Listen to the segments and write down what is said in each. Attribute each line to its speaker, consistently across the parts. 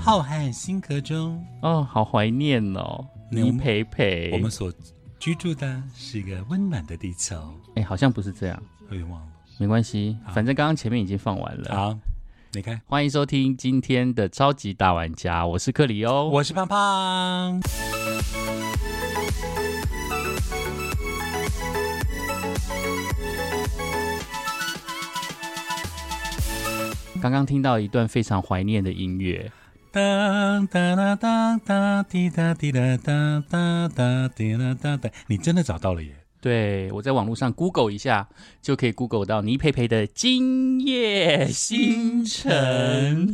Speaker 1: 浩瀚星河中，
Speaker 2: 哦，好怀念哦，
Speaker 1: 那
Speaker 2: 倪
Speaker 1: 我们
Speaker 2: 培培。
Speaker 1: 我们所居住的是一个温暖的地球。
Speaker 2: 哎、好像不是这样，
Speaker 1: 我也忘了。
Speaker 2: 没关系，
Speaker 1: 好
Speaker 2: 反正刚刚前面已经放完了。
Speaker 1: 好，你看，
Speaker 2: 欢迎收听今天的超级大玩家，我是克里哦。
Speaker 1: 我是胖胖。
Speaker 2: 刚刚听到一段非常怀念的音乐，
Speaker 1: 当当当当当滴答滴答当当当滴答当当，你真的找到了耶！
Speaker 2: 对我在网络上 Google 一下，就可以 Google 到倪培培的《今夜星
Speaker 1: 嗯
Speaker 2: 辰》。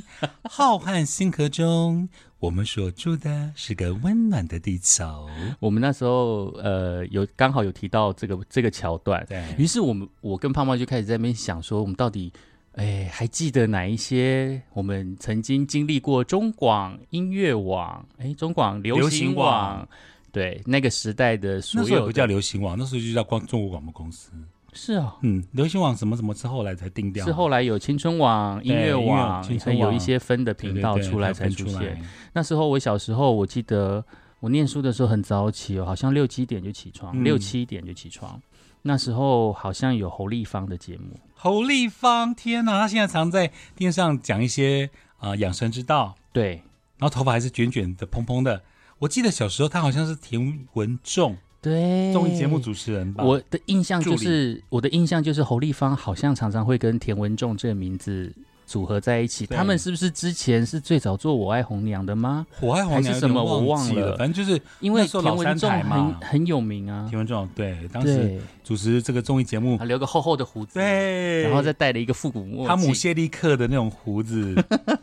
Speaker 1: 浩瀚星河中，我们所住的是个温暖的地球。
Speaker 2: 我们那时候呃有刚好有提到这个这个桥段，于
Speaker 1: 对，
Speaker 2: 是我们我跟胖胖就开始在那边想说，我们到底哎还记得哪一些我们曾经经历过中广音乐网，哎中广流
Speaker 1: 流
Speaker 2: 行
Speaker 1: 行
Speaker 2: 网
Speaker 1: 网。
Speaker 2: 对那个时代的所
Speaker 1: 那时候也
Speaker 2: 有
Speaker 1: 不
Speaker 2: 的
Speaker 1: 叫流行网，那时候就叫光中国广播公司。
Speaker 2: 是哦，
Speaker 1: 嗯，流行网什么什么之后来才定掉，
Speaker 2: 是后来有青春网、音
Speaker 1: 对
Speaker 2: 乐
Speaker 1: 音乐
Speaker 2: 网，
Speaker 1: 青
Speaker 2: 还
Speaker 1: 春
Speaker 2: 有一
Speaker 1: 网
Speaker 2: 些分的
Speaker 1: 对
Speaker 2: 频道出来才
Speaker 1: 对
Speaker 2: 出。
Speaker 1: 对
Speaker 2: 现
Speaker 1: 对。
Speaker 2: 那时候我小时候，我记得我念书的时候很早起哦，好像六七点就起床，
Speaker 1: 嗯
Speaker 2: 六七点就起床。那时候好像有侯丽芳的节目，
Speaker 1: 侯丽芳，天哪，她现在常在电视上讲一些啊、呃养生之道，
Speaker 2: 对
Speaker 1: 然后头发还是卷卷的、蓬蓬的。我记得小时候她好像是田文仲
Speaker 2: 对，
Speaker 1: 综艺节目。主持人吧，
Speaker 2: 哎我的印象就
Speaker 1: 助理
Speaker 2: 是，我的印象就是侯丽芳好像常常会跟田文仲这个名字组合在一起。
Speaker 1: 对
Speaker 2: 他们是不是之前是最早做《我爱红娘》的吗？
Speaker 1: 我爱黄
Speaker 2: 还
Speaker 1: 娘有点
Speaker 2: 是什么我
Speaker 1: 记
Speaker 2: 忘了
Speaker 1: 反正就是
Speaker 2: 因为
Speaker 1: 那时候
Speaker 2: 田
Speaker 1: 老
Speaker 2: 文
Speaker 1: 三
Speaker 2: 仲
Speaker 1: 台
Speaker 2: 很
Speaker 1: 嘛
Speaker 2: 很有名啊
Speaker 1: 田，文仲，对，当时
Speaker 2: 对，
Speaker 1: 主持这个综艺节目
Speaker 2: 啊，留个厚厚的胡子，
Speaker 1: 对，
Speaker 2: 然后再戴了一个复古墨镜。
Speaker 1: 汤姆谢利克的那种胡 子，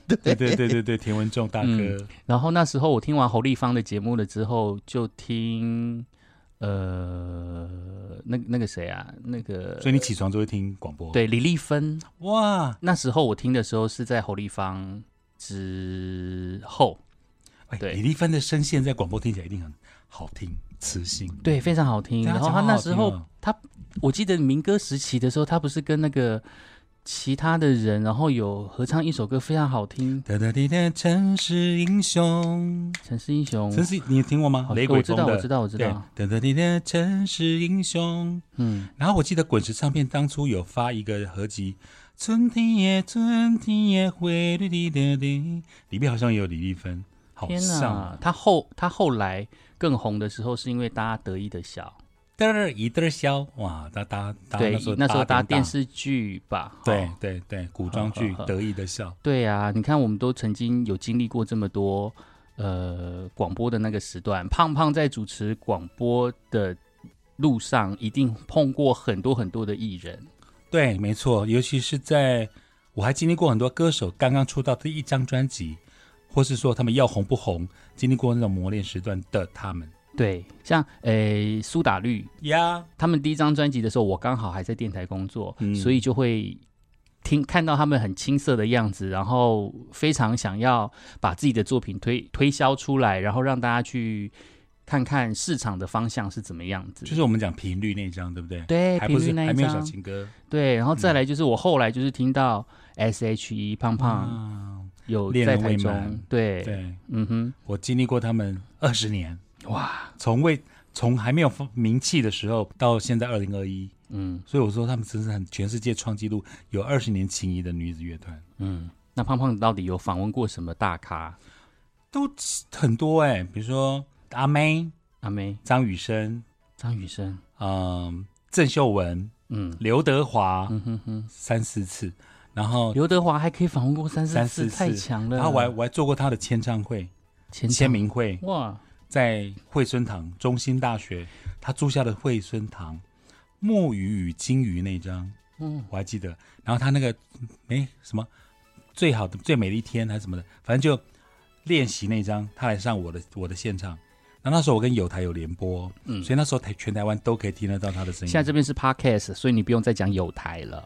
Speaker 1: 对对对对对，田文仲大哥，
Speaker 2: 然后那时候我听完侯丽芳的节目了之后，就听呃那那个谁啊，那个
Speaker 1: 所以你起床就会听广播，，
Speaker 2: 对李丽芬。
Speaker 1: 哇，
Speaker 2: 那时候我听的时候是在侯丽芳之后，
Speaker 1: 哎，
Speaker 2: 对
Speaker 1: 李丽芬的声线在广播听起来一定很好听，磁性，
Speaker 2: 对，非常好听。
Speaker 1: 对啊
Speaker 2: 嗯然后
Speaker 1: 讲
Speaker 2: 她
Speaker 1: 话
Speaker 2: 那
Speaker 1: 好
Speaker 2: 时
Speaker 1: 听
Speaker 2: 候
Speaker 1: 哦，
Speaker 2: 我记得民歌时期的时候，她不是跟那个其他的人，然后有合唱一首歌，非常好听，
Speaker 1: 哒哒滴哒，城市英雄，
Speaker 2: 《城市英雄》
Speaker 1: 城市你有听过吗
Speaker 2: 好。？
Speaker 1: 雷鬼
Speaker 2: 哦我知
Speaker 1: 风
Speaker 2: 道，
Speaker 1: 的，
Speaker 2: 我知道，我知
Speaker 1: 对
Speaker 2: 道。，
Speaker 1: 哒哒滴哒，城市英雄。
Speaker 2: 嗯，
Speaker 1: 然后我记得滚石唱片当初有发一个合集，《春天也春天也会绿滴滴滴》，里面好像也有李丽芬，好
Speaker 2: 天
Speaker 1: 像
Speaker 2: 哪，她后她后来更红的时候，是因为大家得意的笑。
Speaker 1: 嘚儿一嘚儿消，哇，哒哒哒，
Speaker 2: 对，那时候搭
Speaker 1: 搭
Speaker 2: 电，视剧吧。
Speaker 1: 对
Speaker 2: 哦
Speaker 1: 对对，古装剧
Speaker 2: 呵呵呵
Speaker 1: 得意的笑，
Speaker 2: 对啊，你看我们都曾经有经历过这么多呃广播的那个时段。胖胖在主持广播的路上，一定碰过很多很多的艺人。
Speaker 1: 对，没错，尤其是在我还经历过很多歌手刚刚出道第一张专辑，或是说他们要红不红，经历过那种磨练时段的他们
Speaker 2: 对，像诶苏打绿
Speaker 1: 呀，
Speaker 2: 他们第一张专辑的时候，我刚好还在电台工作，
Speaker 1: 嗯
Speaker 2: 所以就会。听看到他们很青涩的样子，然后非常想要把自己的作品推推销出来，然后让大家去看看市场的方向是怎么样子。
Speaker 1: 就是我们讲频率那一张，对不对？
Speaker 2: 对，
Speaker 1: 还
Speaker 2: 频
Speaker 1: 不
Speaker 2: 率
Speaker 1: 是
Speaker 2: 那一
Speaker 1: 还没有小
Speaker 2: 张
Speaker 1: 情歌，
Speaker 2: 对，然后
Speaker 1: 嗯
Speaker 2: 再来就是我后来就是听到 S.H.E 胖胖
Speaker 1: 嗯，
Speaker 2: 有
Speaker 1: 恋
Speaker 2: 在
Speaker 1: 人
Speaker 2: 台
Speaker 1: 未
Speaker 2: 中
Speaker 1: 满，
Speaker 2: 对，
Speaker 1: 对
Speaker 2: 嗯哼，
Speaker 1: 我经历过他们二十年，
Speaker 2: 哇，
Speaker 1: 从未从还没有名气的时候到现在二零二一，
Speaker 2: 嗯
Speaker 1: 所以我说他们真是很全世界创纪录，有二十年情谊的女子乐团。
Speaker 2: 嗯，那胖胖到底有访问过什么大咖？
Speaker 1: 都很多哎、比如说阿妹、
Speaker 2: 阿妹、
Speaker 1: 张雨生，
Speaker 2: 张雨生，
Speaker 1: 嗯、郑秀文、
Speaker 2: 嗯
Speaker 1: 刘德华、
Speaker 2: 嗯哼哼，
Speaker 1: 三四次，然后
Speaker 2: 刘德华还可以访问过三四
Speaker 1: 三
Speaker 2: 次，
Speaker 1: 四
Speaker 2: 太
Speaker 1: 次
Speaker 2: 强了。
Speaker 1: 然后我还我还做过他的签唱会、
Speaker 2: 签
Speaker 1: 签
Speaker 2: 唱
Speaker 1: 名会，
Speaker 2: 哇，
Speaker 1: 在惠孙堂中心大学，他住下的惠孙堂，木鱼与金鱼那张
Speaker 2: 嗯，
Speaker 1: 我还记得，然后他那个没什么最好的最美的一天还是什么的，反正就练习那张，他来上我的我的现场。然后那时候我跟友台有联播，
Speaker 2: 嗯
Speaker 1: 所以那时候台全台湾都可以听得到他的声音。
Speaker 2: 现在这边是 podcast，所以你不用再讲有台了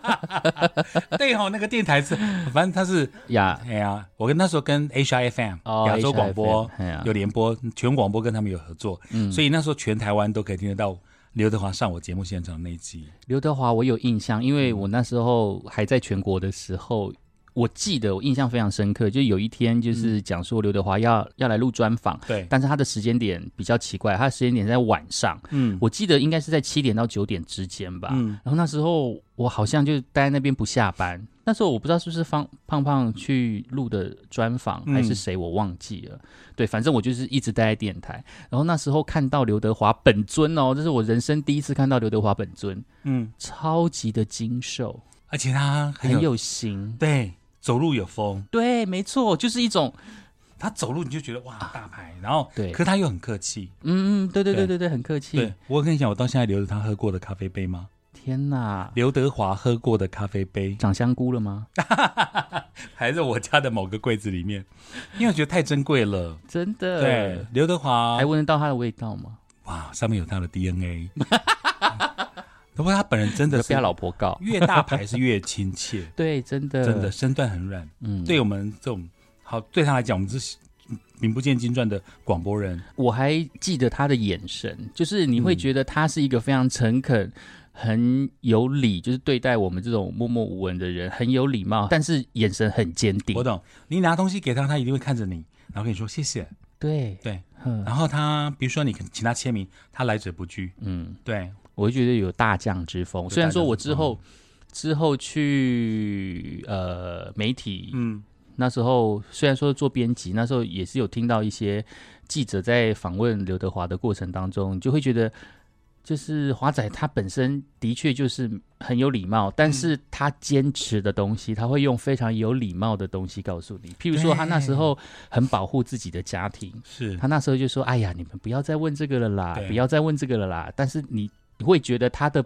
Speaker 1: 对哦，那个电台是，反正他是
Speaker 2: 呀。
Speaker 1: 哎呀，我跟那时候跟 HR FM、
Speaker 2: 哦，
Speaker 1: 亚洲广播
Speaker 2: HFM 哎呀
Speaker 1: 有联播，全广播跟他们有合作，
Speaker 2: 嗯
Speaker 1: 所以那时候全台湾都可以听得到刘德华上我节目现场那一集。
Speaker 2: 刘德华，我有印象，因为我那时候还在全国的时候，我记得我印象非常深刻，就有一天就是讲说刘德华要、要来录专访，
Speaker 1: 对，
Speaker 2: 但是他的时间点比较奇怪，他的时间点在晚上，
Speaker 1: 嗯
Speaker 2: 我记得应该是在七点到九点之间吧。
Speaker 1: 嗯，
Speaker 2: 然后那时候我好像就待在那边不下班。那时候我不知道是不是方胖胖去录的专访
Speaker 1: 嗯
Speaker 2: 还是谁，我忘记了。对，反正我就是一直待在电台。然后那时候看到刘德华本尊哦，这是我人生第一次看到刘德华本尊，
Speaker 1: 嗯，
Speaker 2: 超级的精瘦，
Speaker 1: 而且他很
Speaker 2: 很
Speaker 1: 有
Speaker 2: 有型。
Speaker 1: 对，走路有风，
Speaker 2: 对，没错，就是一种
Speaker 1: 他走路你就觉得哇大牌，然后
Speaker 2: 对
Speaker 1: 可是他又很客气。
Speaker 2: 嗯嗯，对对对
Speaker 1: 对
Speaker 2: 对对，很客气
Speaker 1: 对。，我跟你讲，我到现在留着他喝过的咖啡杯吗？
Speaker 2: 天哪，
Speaker 1: 刘德华喝过的咖啡杯，
Speaker 2: 长香菇了吗？
Speaker 1: 还在我家的某个柜子里面，因为我觉得太珍贵了。
Speaker 2: 真的。
Speaker 1: 对，，刘德华
Speaker 2: 还，闻得到它的味道吗？
Speaker 1: 哇，上面有他的 DNA。不过他本人真的
Speaker 2: 被
Speaker 1: 是
Speaker 2: 他老婆告。
Speaker 1: 越大牌是越亲切，
Speaker 2: 对，真的，
Speaker 1: 真的，身段很软。
Speaker 2: 嗯，
Speaker 1: 对我们这种好，对他来讲，我们是名不见经传的广播人。
Speaker 2: 我还记得他的眼神，就是你会觉得他是一个非常诚恳、很有理，就是对待我们这种默默无闻的人很有礼貌，但是眼神很坚定
Speaker 1: 我。懂，你拿东西给他，他一定会看着你，然后跟你说谢谢。
Speaker 2: 对
Speaker 1: 对，
Speaker 2: 嗯
Speaker 1: 然后他比如说你请他签名，他来者不拒。
Speaker 2: 嗯，
Speaker 1: 对，
Speaker 2: 我会觉得有大将之风。
Speaker 1: 有
Speaker 2: 虽然说
Speaker 1: 大将
Speaker 2: 我
Speaker 1: 之
Speaker 2: 之后之后去呃媒体，
Speaker 1: 嗯，
Speaker 2: 那时候虽然说做编辑，那时候也是有听到一些记者在访问刘德华的过程当中，你就会觉得，就是华仔他本身的确就是很有礼貌，但是他坚持的东西，他会用非常有礼貌的东西告诉你。譬如说，
Speaker 1: 对
Speaker 2: 他那时候很保护自己的家庭，
Speaker 1: 是
Speaker 2: 他那时候就说：“哎呀，你们不要再问这个了啦
Speaker 1: 对，
Speaker 2: 不要再问这个了啦。”但是你你会觉得他的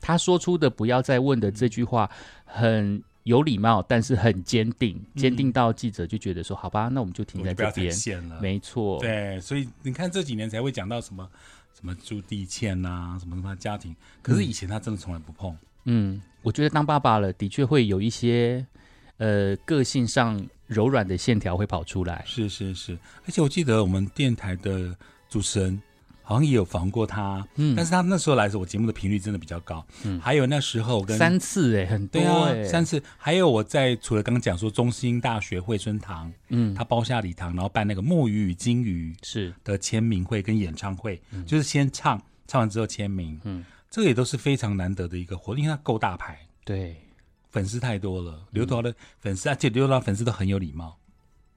Speaker 2: 他说出的“不要再问”的这句话很有礼貌，但是很坚定，坚定到记者就觉得说：“好吧，那我们就停
Speaker 1: 我
Speaker 2: 在
Speaker 1: 就不要
Speaker 2: 这
Speaker 1: 再
Speaker 2: 边。
Speaker 1: 现”了。
Speaker 2: 没错，
Speaker 1: 对，所以你看这几年才会讲到什么什么朱棣倩呐、什么什么家庭，可是以前他真的从来不碰。
Speaker 2: 嗯，我觉得当爸爸了，的确会有一些呃个性上柔软的线条会跑出来。
Speaker 1: 是是是，而且我记得我们电台的主持人好像也有访问过他，
Speaker 2: 嗯，
Speaker 1: 但是他那时候来的时候，我节目的频率真的比较高。嗯，还有那时候我跟
Speaker 2: 三次哎、很多
Speaker 1: 对啊
Speaker 2: 哎、，
Speaker 1: 三次，还有我在除了刚刚讲说中兴大学惠春堂，
Speaker 2: 嗯
Speaker 1: 他包下礼堂，然后办那个木鱼与金鱼
Speaker 2: 是
Speaker 1: 的签名会跟演唱会，
Speaker 2: 嗯
Speaker 1: 就是先唱，唱完之后签名，嗯，这个也都是非常难得的一个活动，因为它够大牌，
Speaker 2: 对
Speaker 1: 粉丝太多了，刘德华的粉丝，而且刘德华粉丝都很有礼貌，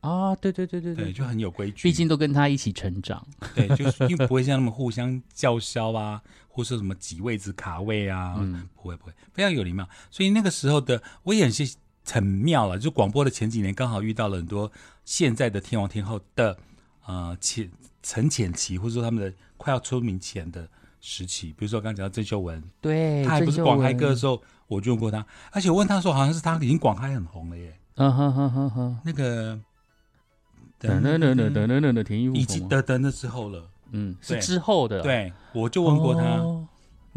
Speaker 2: 啊，对对对对
Speaker 1: 对，
Speaker 2: 对，
Speaker 1: 就很有规矩，
Speaker 2: 毕竟都跟他一起成长。
Speaker 1: 对，就是因为不会像他们互相叫嚣啊，或是什么挤位置卡位啊，
Speaker 2: 嗯
Speaker 1: 不会不会，非常有礼貌。所以那个时候的我也是很妙了，就广播的前几年刚好遇到了很多现在的天王天后的呃浅陈浅期，或者说他们的快要出名前的时期，比如说刚刚讲到郑秀文，
Speaker 2: 对，
Speaker 1: 她还不
Speaker 2: 哎郑
Speaker 1: 是
Speaker 2: 秀
Speaker 1: 广嗨
Speaker 2: 文
Speaker 1: 歌的时候，我就问过她，而且我问她说好像是她已经广嗨很红了耶，
Speaker 2: 嗯哼哼哼哼，
Speaker 1: 那个嗯
Speaker 2: 等等等等等等等，田一
Speaker 1: 已
Speaker 2: 夫
Speaker 1: 经
Speaker 2: 吗
Speaker 1: 得得那之后了，
Speaker 2: 嗯，
Speaker 1: 对
Speaker 2: 是之后的，，
Speaker 1: 对我就问过她。
Speaker 2: 哦。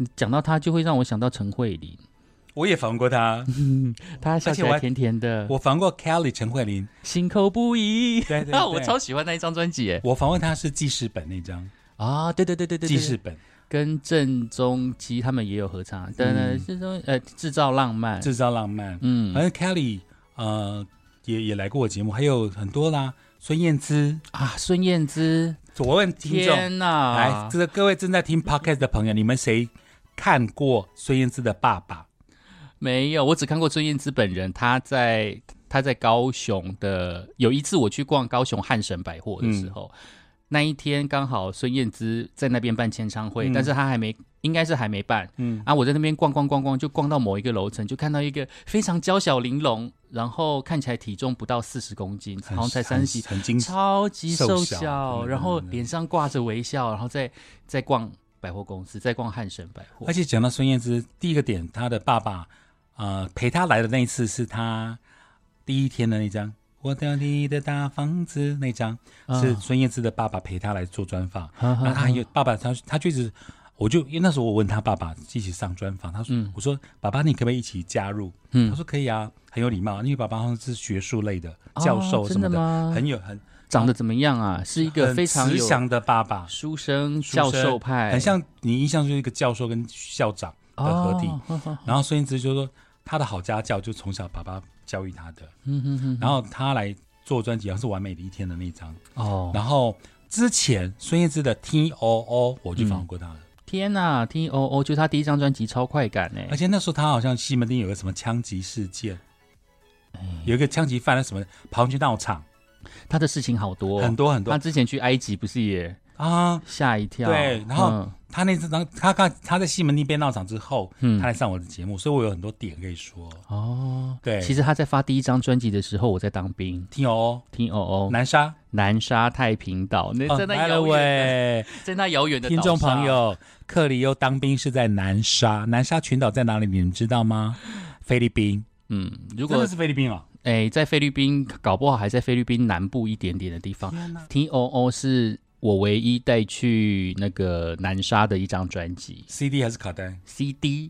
Speaker 2: 你讲到他，就会让我想到陈慧琳，
Speaker 1: 我也访问过 她，
Speaker 2: 她笑起
Speaker 1: 而且我
Speaker 2: 来
Speaker 1: 还
Speaker 2: 甜甜的，
Speaker 1: 我访问过 Kelly 陈慧琳，
Speaker 2: 心口不一。
Speaker 1: 对 对对，
Speaker 2: 啊，我超喜欢那一张专辑耶！
Speaker 1: 我访问她是记事本那张
Speaker 2: 啊，对对对对对，对
Speaker 1: 记事本
Speaker 2: 跟郑中基他们也有合唱，等等，郑中呃制造浪
Speaker 1: 嗯
Speaker 2: 漫，
Speaker 1: 制哎造浪漫，
Speaker 2: 嗯
Speaker 1: 反正 Kelly 呃也也来过我节目，还有很多啦，孙燕姿，
Speaker 2: 啊，孙燕姿，
Speaker 1: 我问听众，
Speaker 2: 天哪，
Speaker 1: 来，这个各位正在 听 podcast 的朋友，你们谁看过孙燕姿的爸爸？
Speaker 2: 没有，我只看过孙燕姿本人，她在她在高雄的有一次我去逛高雄汉神百货的时候，
Speaker 1: 嗯
Speaker 2: 那一天刚好孙燕姿在那边办签唱会，
Speaker 1: 嗯
Speaker 2: 但是她还没，应该是还没办。
Speaker 1: 嗯，
Speaker 2: 啊，我在那边逛逛逛逛，就逛到某一个楼层，就看到一个非常娇小玲珑，然后看起来体重不到四十公斤，好像才三十几，
Speaker 1: 曾经
Speaker 2: 超级
Speaker 1: 瘦
Speaker 2: 瘦
Speaker 1: 小
Speaker 2: 小，
Speaker 1: 嗯
Speaker 2: 然后
Speaker 1: 嗯嗯
Speaker 2: 脸上挂着微笑，然后再再逛百货公司，再逛汉神百货
Speaker 1: 而。且讲到孙燕姿，第一个点，她的爸爸，呃，陪她来的那一次是她第一天的那张《我的你的大房子》那张，
Speaker 2: 啊
Speaker 1: 是孙燕姿的爸爸陪她来做专访。
Speaker 2: 哈
Speaker 1: 然后
Speaker 2: 哈
Speaker 1: 她还有爸爸，他他就一直，我就因为那时候我问他爸爸一起上专访，他说、我说爸爸你可不可以一起加入？
Speaker 2: 嗯
Speaker 1: 他说可以啊，很有礼貌，因为爸爸好像是学术类的教授
Speaker 2: 哦
Speaker 1: 什么
Speaker 2: 真的吗
Speaker 1: 很有很
Speaker 2: 长得怎么样啊？是一个
Speaker 1: 很
Speaker 2: 非常
Speaker 1: 慈
Speaker 2: 有
Speaker 1: 祥的爸爸。
Speaker 2: 书生
Speaker 1: 书生
Speaker 2: 教授派，
Speaker 1: 很像你印象就是一个教授跟校长的合体，
Speaker 2: 哦
Speaker 1: 然后孙燕姿就说，他的好家教就从小爸爸教育他的，
Speaker 2: 嗯
Speaker 1: 然后他来做专辑，好像是《完美的一天》的那一张，
Speaker 2: 哦，
Speaker 1: 然后之前孙燕姿的 T O O 我去访问过他
Speaker 2: 嗯
Speaker 1: 了，
Speaker 2: 天呐，T O O 就是他第一张专辑超快感哎、
Speaker 1: 而且那时候他好像西门町有个什么枪击事件，
Speaker 2: 嗯
Speaker 1: 有一个枪击犯了什么跑进去闹场，
Speaker 2: 他的事情好多、
Speaker 1: 很多很多
Speaker 2: 他之前去埃及不是也
Speaker 1: 啊。
Speaker 2: 吓一跳？
Speaker 1: 对然后
Speaker 2: 嗯
Speaker 1: 他那次当他刚他在西门町被闹场之后，
Speaker 2: 嗯
Speaker 1: 他来上我的节目，所以我有很多点可以说。
Speaker 2: 哦，
Speaker 1: 对，
Speaker 2: 其实他在发第一张专辑的时候，我在当兵。
Speaker 1: T O O
Speaker 2: T O O
Speaker 1: 南沙，
Speaker 2: 南沙太平岛，
Speaker 1: 哦
Speaker 2: 那在那遥远的，
Speaker 1: 喂，
Speaker 2: 在那遥远的
Speaker 1: 听
Speaker 2: 岛上
Speaker 1: 众朋，友，克里又当兵是在南沙，南沙群岛在哪里？你们知道吗？菲律宾，
Speaker 2: 嗯，
Speaker 1: 真
Speaker 2: 如果
Speaker 1: 的是菲律宾哦。
Speaker 2: 哎、在菲律宾，搞不好还在菲律宾南部一点点的地方。T O O 是我唯一带去那个南沙的一张专辑
Speaker 1: CD 还是卡带？
Speaker 2: C D，